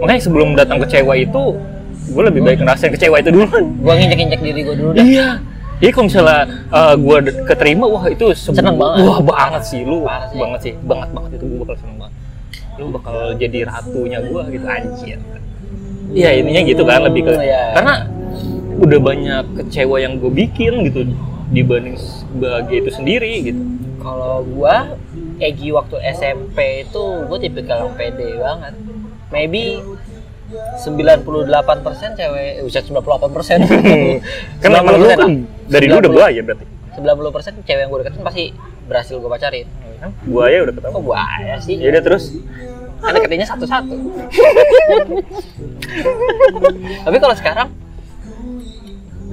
[SPEAKER 2] makanya sebelum datang kecewa itu gue lebih baik ngerasain kecewa itu duluan
[SPEAKER 1] Gua nginjek-injek diri gua dulu dah.
[SPEAKER 2] iya Jadi kalau misalnya eh, gua d- keterima, wah itu sebuah-
[SPEAKER 1] Seneng banget.
[SPEAKER 2] Wah banget sih lu,
[SPEAKER 1] Parah sih.
[SPEAKER 2] banget sih, banget banget itu gua bakal seneng banget. Lu bakal jadi ratunya gua gitu anjir. Iya intinya gitu kan lebih ke
[SPEAKER 1] Hmm, iya.
[SPEAKER 2] karena udah banyak kecewa yang gue bikin gitu dibanding sebagai itu sendiri gitu.
[SPEAKER 1] Kalau gua Egi waktu SMP itu gua tipikal yang pede banget. Maybe 98% cewek, eh, 98%.
[SPEAKER 2] Kan emang lu
[SPEAKER 1] 90%
[SPEAKER 2] kan
[SPEAKER 1] lah.
[SPEAKER 2] dari dulu udah
[SPEAKER 1] 90%.
[SPEAKER 2] buaya berarti.
[SPEAKER 1] 90% cewek yang gue deketin pasti berhasil gue pacarin
[SPEAKER 2] Buaya udah ketemu.
[SPEAKER 1] kok gue aja sih
[SPEAKER 2] Ya udah terus
[SPEAKER 1] kan deketinnya satu-satu tapi kalau sekarang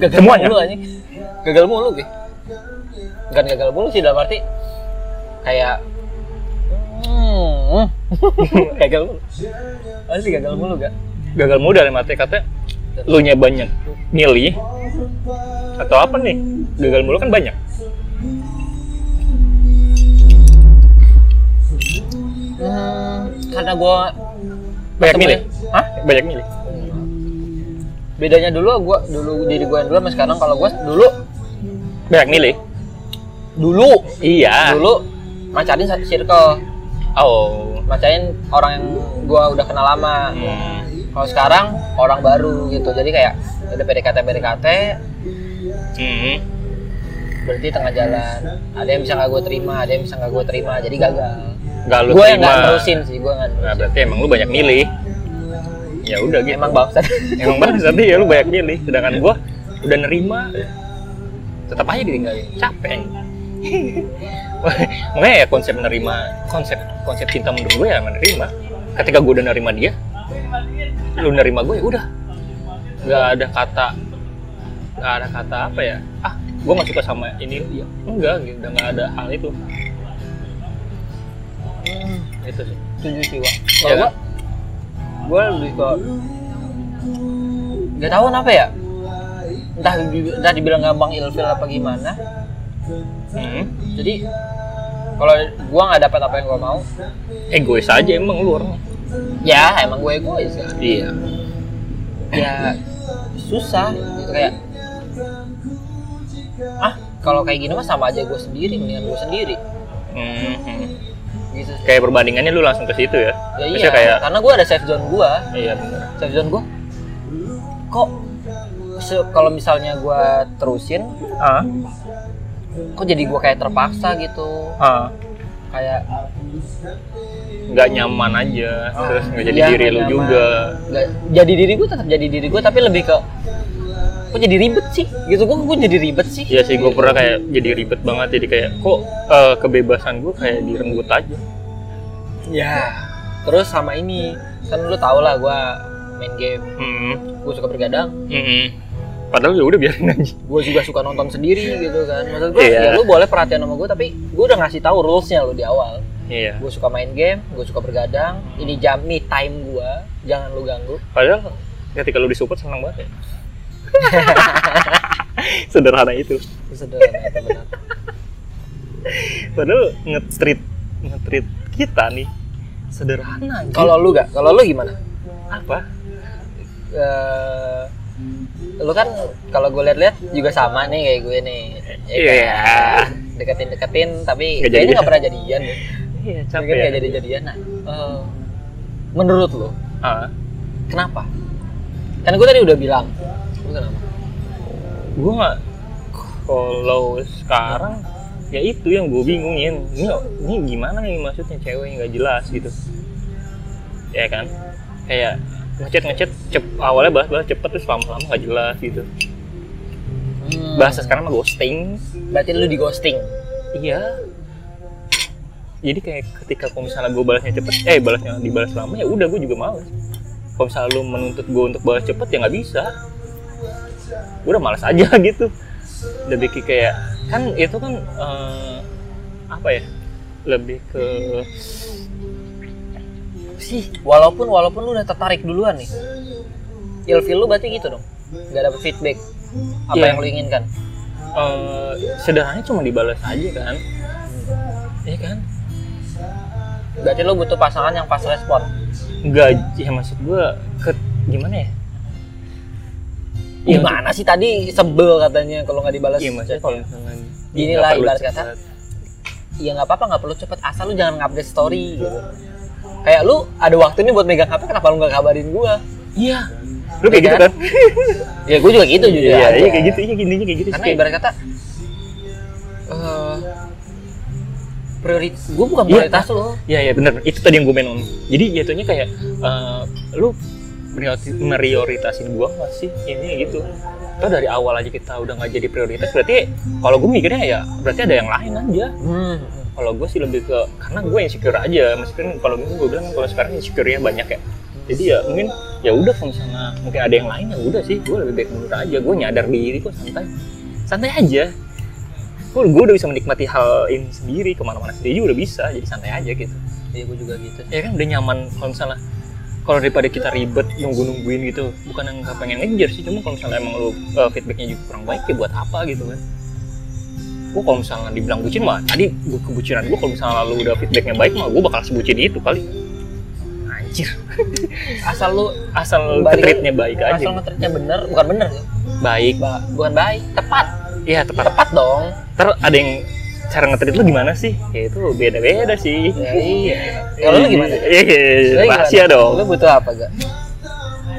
[SPEAKER 1] gagal
[SPEAKER 2] Semuanya?
[SPEAKER 1] mulu aja gagal mulu gue bukan gagal mulu sih dalam arti kayak hmm, gagal mulu pasti gagal mulu gak
[SPEAKER 2] gagal mulu dalam arti kata lu nya banyak milih atau apa nih gagal mulu kan banyak
[SPEAKER 1] hmm, karena gue
[SPEAKER 2] banyak
[SPEAKER 1] Temen-
[SPEAKER 2] milih
[SPEAKER 1] Hah?
[SPEAKER 2] banyak milih
[SPEAKER 1] bedanya dulu gua dulu diri gue yang dulu sama sekarang kalau gue dulu
[SPEAKER 2] banyak milih
[SPEAKER 1] dulu
[SPEAKER 2] iya
[SPEAKER 1] dulu macarin satu circle
[SPEAKER 2] oh
[SPEAKER 1] macarin orang yang gua udah kenal lama
[SPEAKER 2] hmm.
[SPEAKER 1] kalau sekarang orang baru gitu jadi kayak udah PDKT PDKT
[SPEAKER 2] Hmm.
[SPEAKER 1] berarti tengah jalan ada yang bisa nggak gue terima ada yang bisa nggak gue terima jadi gagal
[SPEAKER 2] Gak lu
[SPEAKER 1] gue yang nggak
[SPEAKER 2] terima.
[SPEAKER 1] nerusin sih gue nggak
[SPEAKER 2] Nah,
[SPEAKER 1] nerusin
[SPEAKER 2] berarti emang lu banyak milih. Ya udah gitu.
[SPEAKER 1] emang bangsat
[SPEAKER 2] emang benar tadi ya lu banyak milih, sedangkan gua udah nerima. Tetap aja ditinggalin. Capek. Makanya ya konsep menerima, konsep konsep cinta menurut gue ya menerima. Ketika gue udah nerima dia, lu nerima gue ya udah. Gak ada kata, gak ada kata apa ya? Ah, gue gak suka sama ini. Ya, enggak, gitu. udah gak ada hal itu. Itu sih.
[SPEAKER 1] setuju sih Wak.
[SPEAKER 2] Iya
[SPEAKER 1] kalau
[SPEAKER 2] kan?
[SPEAKER 1] gue gue lebih ke nggak tahu kenapa ya entah di- entah dibilang gampang ilfil apa gimana
[SPEAKER 2] Hmm.
[SPEAKER 1] jadi kalau gua nggak dapat apa yang gua mau
[SPEAKER 2] Egois aja emang lu orangnya.
[SPEAKER 1] ya emang gue egois kan
[SPEAKER 2] Iya.
[SPEAKER 1] ya susah gitu kayak ah kalau kayak gini mah sama aja gue sendiri mendingan gue sendiri
[SPEAKER 2] Mhm.
[SPEAKER 1] gitu
[SPEAKER 2] Kayak perbandingannya lu langsung ke situ
[SPEAKER 1] ya
[SPEAKER 2] ya?
[SPEAKER 1] iya
[SPEAKER 2] Maksudnya kayak
[SPEAKER 1] karena gue ada safe zone gue
[SPEAKER 2] iya benar.
[SPEAKER 1] safe zone gue kok se- kalau misalnya gue terusin
[SPEAKER 2] Ah,
[SPEAKER 1] kok jadi gue kayak terpaksa gitu
[SPEAKER 2] ah.
[SPEAKER 1] kayak
[SPEAKER 2] Nggak nyaman aja, terus Oh, nggak jadi
[SPEAKER 1] iya,
[SPEAKER 2] diri lu
[SPEAKER 1] nyaman.
[SPEAKER 2] juga.
[SPEAKER 1] nggak jadi diri gue tetap jadi diri gue tapi lebih ke kok jadi ribet sih gitu gue gue jadi ribet sih
[SPEAKER 2] Iya sih, gue pernah kayak jadi ribet banget, jadi kayak kok eh, kebebasan gue kayak direnggut aja.
[SPEAKER 1] Ya. Terus sama ini, kan lu tau lah gue main game,
[SPEAKER 2] Hmm,
[SPEAKER 1] gue suka bergadang,
[SPEAKER 2] hmm. Padahal ya udah biarin aja.
[SPEAKER 1] gue juga suka nonton sendiri gitu kan. Maksud gue,
[SPEAKER 2] Iya.
[SPEAKER 1] ya lu boleh perhatian sama gue, tapi gue udah ngasih tahu rulesnya lu di awal.
[SPEAKER 2] Iya.
[SPEAKER 1] Gue suka main game, gue suka bergadang, ini jam me time gue, jangan lu ganggu.
[SPEAKER 2] Padahal ketika lu disupport senang banget. Ya. Sederhana itu.
[SPEAKER 1] Itu sederhana, itu benar.
[SPEAKER 2] Padahal nge-treat nge-treat kita nih sederhana. aja.
[SPEAKER 1] Kalau lu gak, kalau lu gimana?
[SPEAKER 2] apa?
[SPEAKER 1] Eh, lu kan kalau gue lihat-lihat juga sama nih kayak gue nih. Ya
[SPEAKER 2] Iya.
[SPEAKER 1] kan? Deketin-deketin tapi
[SPEAKER 2] Nggak
[SPEAKER 1] kayaknya
[SPEAKER 2] jadian.
[SPEAKER 1] nggak pernah jadian deh.
[SPEAKER 2] Iya,
[SPEAKER 1] Tapi kan nggak jadi-jadian. Nah, eh, menurut lo,
[SPEAKER 2] Ah,
[SPEAKER 1] kenapa? Kan gue tadi udah bilang. Lu kenapa?
[SPEAKER 2] gue nggak kalau sekarang ya itu yang gue bingungin ini, ini gimana nih maksudnya cewek yang nggak jelas gitu ya kan kayak ngechat ngechat cep, awalnya bahas bahas cepet terus lama lama nggak jelas gitu bahasa sekarang mah ghosting
[SPEAKER 1] Hmm, Berarti lu di ghosting.
[SPEAKER 2] iya jadi kayak ketika kalau misalnya gue balasnya cepet eh balasnya dibalas lama ya udah gue juga males kalau misalnya lu menuntut gue untuk balas cepet ya nggak bisa gue udah males aja gitu lebih ke kayak kan itu kan eh, apa ya lebih ke
[SPEAKER 1] Sih, walaupun walaupun lu udah tertarik duluan nih. Ilfil lu berarti gitu dong. Gak dapet feedback apa
[SPEAKER 2] Iya.
[SPEAKER 1] yang lu inginkan.
[SPEAKER 2] eh, sederhananya cuma dibalas aja kan iya kan
[SPEAKER 1] Berarti lu butuh pasangan yang pas
[SPEAKER 2] Iya,
[SPEAKER 1] respon.
[SPEAKER 2] nggak ya maksud gue ke gimana ya Iya,
[SPEAKER 1] Gimana sih tadi sebel katanya kalau nggak dibalas.
[SPEAKER 2] Iya
[SPEAKER 1] chat.
[SPEAKER 2] maksudnya kalau misalnya
[SPEAKER 1] Gini
[SPEAKER 2] nggak
[SPEAKER 1] lah,
[SPEAKER 2] perlu
[SPEAKER 1] ibarat
[SPEAKER 2] cepet.
[SPEAKER 1] kata. Iya nggak apa-apa nggak perlu cepet asal lu jangan ngupdate story gitu. Kayak lu ada waktu nih buat megang HP kenapa lu nggak kabarin gua?
[SPEAKER 2] Iya. Lu kayak
[SPEAKER 1] Iya
[SPEAKER 2] gitu
[SPEAKER 1] kan?
[SPEAKER 2] kan?
[SPEAKER 1] Ya gua juga gitu juga.
[SPEAKER 2] Iya, iya kayak gitu, iya gini kayak gitu.
[SPEAKER 1] Karena
[SPEAKER 2] Kayak-
[SPEAKER 1] ibarat kata eh prioritas gua bukan
[SPEAKER 2] Iya,
[SPEAKER 1] prioritas lu.
[SPEAKER 2] Iya, iya benar. Itu tadi yang gue main on. Jadi iya, jatuhnya kayak eh, lu priori- merioritasin gua nggak sih ini gitu. Atau dari awal aja kita udah nggak jadi prioritas berarti kalau gue mikirnya ya berarti ada yang lain aja.
[SPEAKER 1] Hmm.
[SPEAKER 2] Kalau gue sih lebih ke karena gue insecure aja. Meskipun kalau gue gue bilang kan kalau sekarang insecure ya banyak ya. Jadi ya mungkin ya udah kalau misalnya mungkin ada yang lain ya udah sih gue lebih baik mundur aja. Gue nyadar diri kok santai santai aja. Gue gue udah bisa menikmati hal ini sendiri kemana-mana sendiri udah bisa jadi santai aja gitu
[SPEAKER 1] Iya gua juga gitu.
[SPEAKER 2] ya kan udah nyaman kalau misalnya kalau daripada kita ribet nunggu nungguin gitu bukan yang nggak pengen ngejar sih cuma kalau misalnya emang lu uh, feedbacknya juga kurang baik ya buat apa gitu kan gua kalau misalnya dibilang bucin mah tadi gua kebucinan gua kalau misalnya lu udah feedbacknya baik mah gua bakal sebucin itu kali anjir
[SPEAKER 1] Asal lu
[SPEAKER 2] asal
[SPEAKER 1] Balik-
[SPEAKER 2] treatnya baik aja
[SPEAKER 1] asal ngetritnya bener bukan bener ya.
[SPEAKER 2] baik
[SPEAKER 1] Ba- bukan baik tepat
[SPEAKER 2] ya tepat
[SPEAKER 1] tepat dong
[SPEAKER 2] ter ada yang cara ngetrit lu gimana sih ya itu beda beda sih
[SPEAKER 1] ya, iya kalau lu gimana
[SPEAKER 2] Iya, iya, iya,
[SPEAKER 1] Lu gimana?
[SPEAKER 2] rahasia dong
[SPEAKER 1] lu butuh apa gak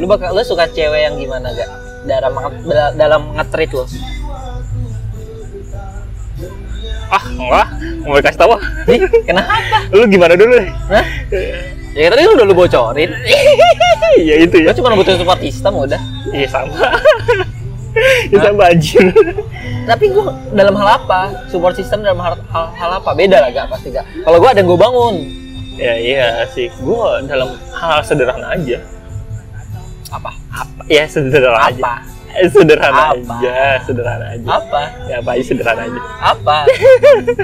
[SPEAKER 1] lu bakal lu suka cewek yang gimana gak dalam nge- da- dalam ngetrit lo
[SPEAKER 2] ah enggak mau kasih tahu ah.
[SPEAKER 1] Ih, kenapa
[SPEAKER 2] lu gimana dulu deh
[SPEAKER 1] Hah? ya tadi lu udah lu bocorin
[SPEAKER 2] Iya itu ya.
[SPEAKER 1] lu cuma butuh support system udah
[SPEAKER 2] Iya sama. ya sama anjir.
[SPEAKER 1] tapi gua dalam hal apa support system dalam hal hal, hal apa beda lah gak pasti gak kalau gua ada yang gua bangun
[SPEAKER 2] ya iya sih. Gue dalam hal sederhana aja.
[SPEAKER 1] apa
[SPEAKER 2] Apa? Ya sederhana aja.
[SPEAKER 1] apa
[SPEAKER 2] Eh,
[SPEAKER 1] Apa?
[SPEAKER 2] Sederhana aja. Sederhana aja.
[SPEAKER 1] apa
[SPEAKER 2] Ya apa aja sederhana aja.
[SPEAKER 1] apa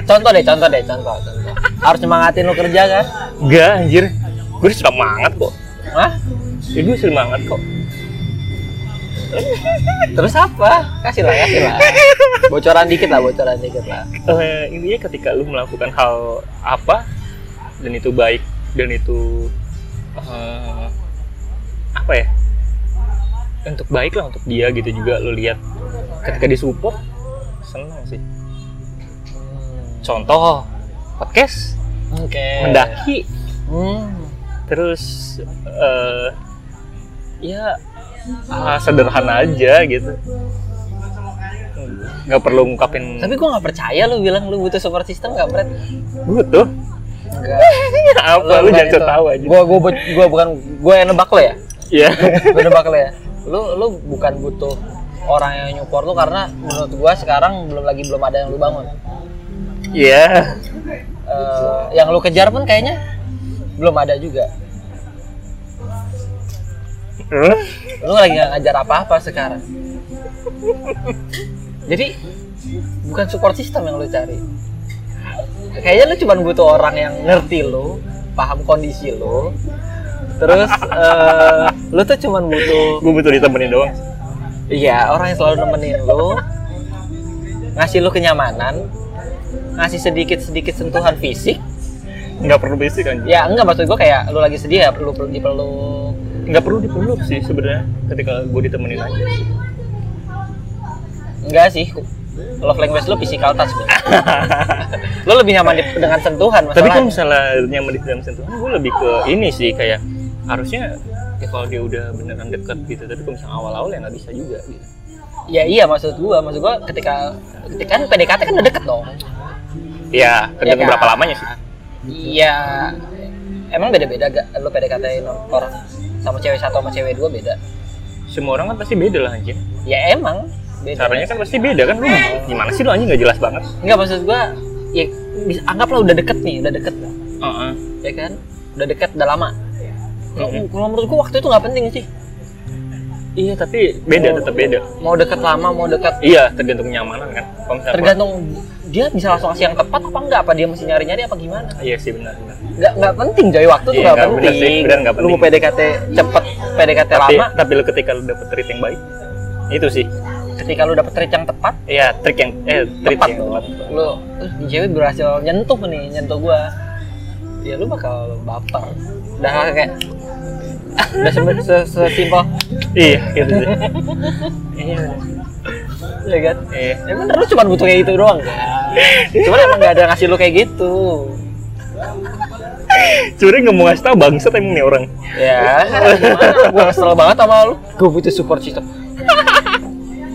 [SPEAKER 1] contoh deh contoh deh contoh contoh harus semangatin lo kerja kan
[SPEAKER 2] Enggak anjir. Gue udah semangat kok.
[SPEAKER 1] Hah?
[SPEAKER 2] Ya, gue semangat kok.
[SPEAKER 1] Terus apa? Kasih lah, kasih lah. Bocoran dikit lah, bocoran dikit lah.
[SPEAKER 2] Eh, intinya ketika lu melakukan hal apa dan itu baik dan itu eh, apa ya untuk baik lah untuk dia gitu juga lu lihat ketika disupport senang sih contoh podcast
[SPEAKER 1] Hmm, Oke.
[SPEAKER 2] mendaki
[SPEAKER 1] Hmm.
[SPEAKER 2] terus eh,
[SPEAKER 1] iya.
[SPEAKER 2] ya ah, sederhana aja gitu nggak perlu ngungkapin
[SPEAKER 1] Tapi gua nggak percaya lu bilang lu butuh support system nggak Brad?
[SPEAKER 2] butuh
[SPEAKER 1] Enggak.
[SPEAKER 2] Iya, apa lu jangan so tau aja
[SPEAKER 1] Gua gua bu- gua bukan gua yang nebak lo ya.
[SPEAKER 2] ya
[SPEAKER 1] Gua nebak lo ya. Lu lu bukan butuh orang yang nyupport lu karena menurut gua sekarang belum lagi belum ada yang lu bangun.
[SPEAKER 2] Iya.
[SPEAKER 1] Eh, yang lu kejar pun kayaknya belum ada juga. lu lagi nggak ngajar apa-apa sekarang jadi bukan support system yang lu cari kayaknya lu cuma butuh orang yang ngerti lu paham kondisi lu terus eh, lu tuh cuma butuh
[SPEAKER 2] Gue butuh ditemenin doang.
[SPEAKER 1] iya orang yang selalu nemenin lu ngasih lu kenyamanan ngasih sedikit sedikit sentuhan fisik
[SPEAKER 2] Nggak perlu basic kan?
[SPEAKER 1] ya enggak maksud gua kayak lu lagi sedih ya perlu perlu dipeluk
[SPEAKER 2] Nggak perlu dipeluk sih sebenarnya ketika gue ditemenin aja.
[SPEAKER 1] Enggak sih. Love language lu physical touch. Bro. lu lebih nyaman di- dengan sentuhan
[SPEAKER 2] Tapi kalau
[SPEAKER 1] masalahnya.
[SPEAKER 2] misalnya nyaman di dalam sentuhan, gue lebih ke ini sih kayak harusnya ya kalau dia udah beneran deket gitu. Tapi kalau misalnya awal-awal ya nggak bisa juga gitu.
[SPEAKER 1] Ya iya maksud gua, maksud gua ketika ketika kan PDKT kan udah deket dong.
[SPEAKER 2] Ya, tergantung
[SPEAKER 1] kan?
[SPEAKER 2] berapa lamanya sih.
[SPEAKER 1] Iya. Emang beda-beda gak lu PDKT orang sama cewek satu sama cewek dua beda?
[SPEAKER 2] Semua orang kan pasti beda lah anjir.
[SPEAKER 1] Ya emang beda.
[SPEAKER 2] Caranya kan pasti beda kan. Lu gimana sih lu anjing nggak jelas banget.
[SPEAKER 1] Enggak maksud gua ya bisa- anggaplah udah deket nih, udah deket
[SPEAKER 2] Heeh.
[SPEAKER 1] ya kan? Udah deket udah lama. Kalau-
[SPEAKER 2] Mhm.
[SPEAKER 1] Kalau menurut gua waktu itu nggak penting sih.
[SPEAKER 2] Iya tapi beda tetap beda.
[SPEAKER 1] Mau deket lama, mau deket
[SPEAKER 2] Iya tergantung kenyamanan kan. Kalau misalnya
[SPEAKER 1] tergantung dia bisa langsung kasih yang tepat apa enggak apa dia mesti nyari-nyari apa gimana
[SPEAKER 2] Iya sih benar-benar.
[SPEAKER 1] nggak nggak penting coy waktu tuh
[SPEAKER 2] Iya,
[SPEAKER 1] nggak
[SPEAKER 2] nggak
[SPEAKER 1] penting
[SPEAKER 2] bener sih, bener nggak
[SPEAKER 1] lu mau PDKT cepet PDKT
[SPEAKER 2] tapi,
[SPEAKER 1] lama
[SPEAKER 2] tapi lu ketika lu dapet treat yang baik itu sih
[SPEAKER 1] ketika lu dapet treat yang tepat
[SPEAKER 2] ya trik yang eh treat
[SPEAKER 1] tepat
[SPEAKER 2] yang
[SPEAKER 1] tuh
[SPEAKER 2] tepat.
[SPEAKER 1] lu "Eh, ini cewek berhasil nyentuh nih nyentuh gua ya lu bakal baper udah kayak udah se- se- sesimpel
[SPEAKER 2] iya gitu sih
[SPEAKER 1] iya ya kan
[SPEAKER 2] iya
[SPEAKER 1] ya bener lu cuma butuh kayak gitu doang kan cuman emang gak ada ngasih lu kayak gitu
[SPEAKER 2] Sebenernya nggak mau ngasih tau bangsat emang nih orang
[SPEAKER 1] ya gimana gue kesel banget sama lu gue butuh support system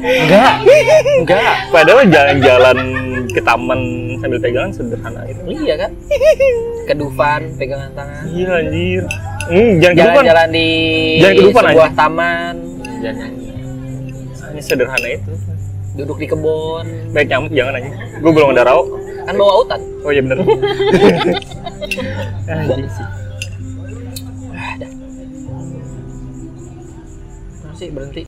[SPEAKER 1] enggak enggak
[SPEAKER 2] Padahal jalan-jalan ke taman sambil pegangan sederhana itu
[SPEAKER 1] iya kan kedufan pegangan tangan
[SPEAKER 2] Iya anjir hmm, Jangan gitu kan
[SPEAKER 1] jalan-jalan di
[SPEAKER 2] Jangan kedufan,
[SPEAKER 1] sebuah taman
[SPEAKER 2] Jangan Ini kan? sederhana itu
[SPEAKER 1] duduk di kebun
[SPEAKER 2] Baik nyamuk jangan aja Gue belum ada rau
[SPEAKER 1] kan bawa hutan
[SPEAKER 2] Oh iya bener Anjir sih
[SPEAKER 1] Ah, Kenapa sih berhenti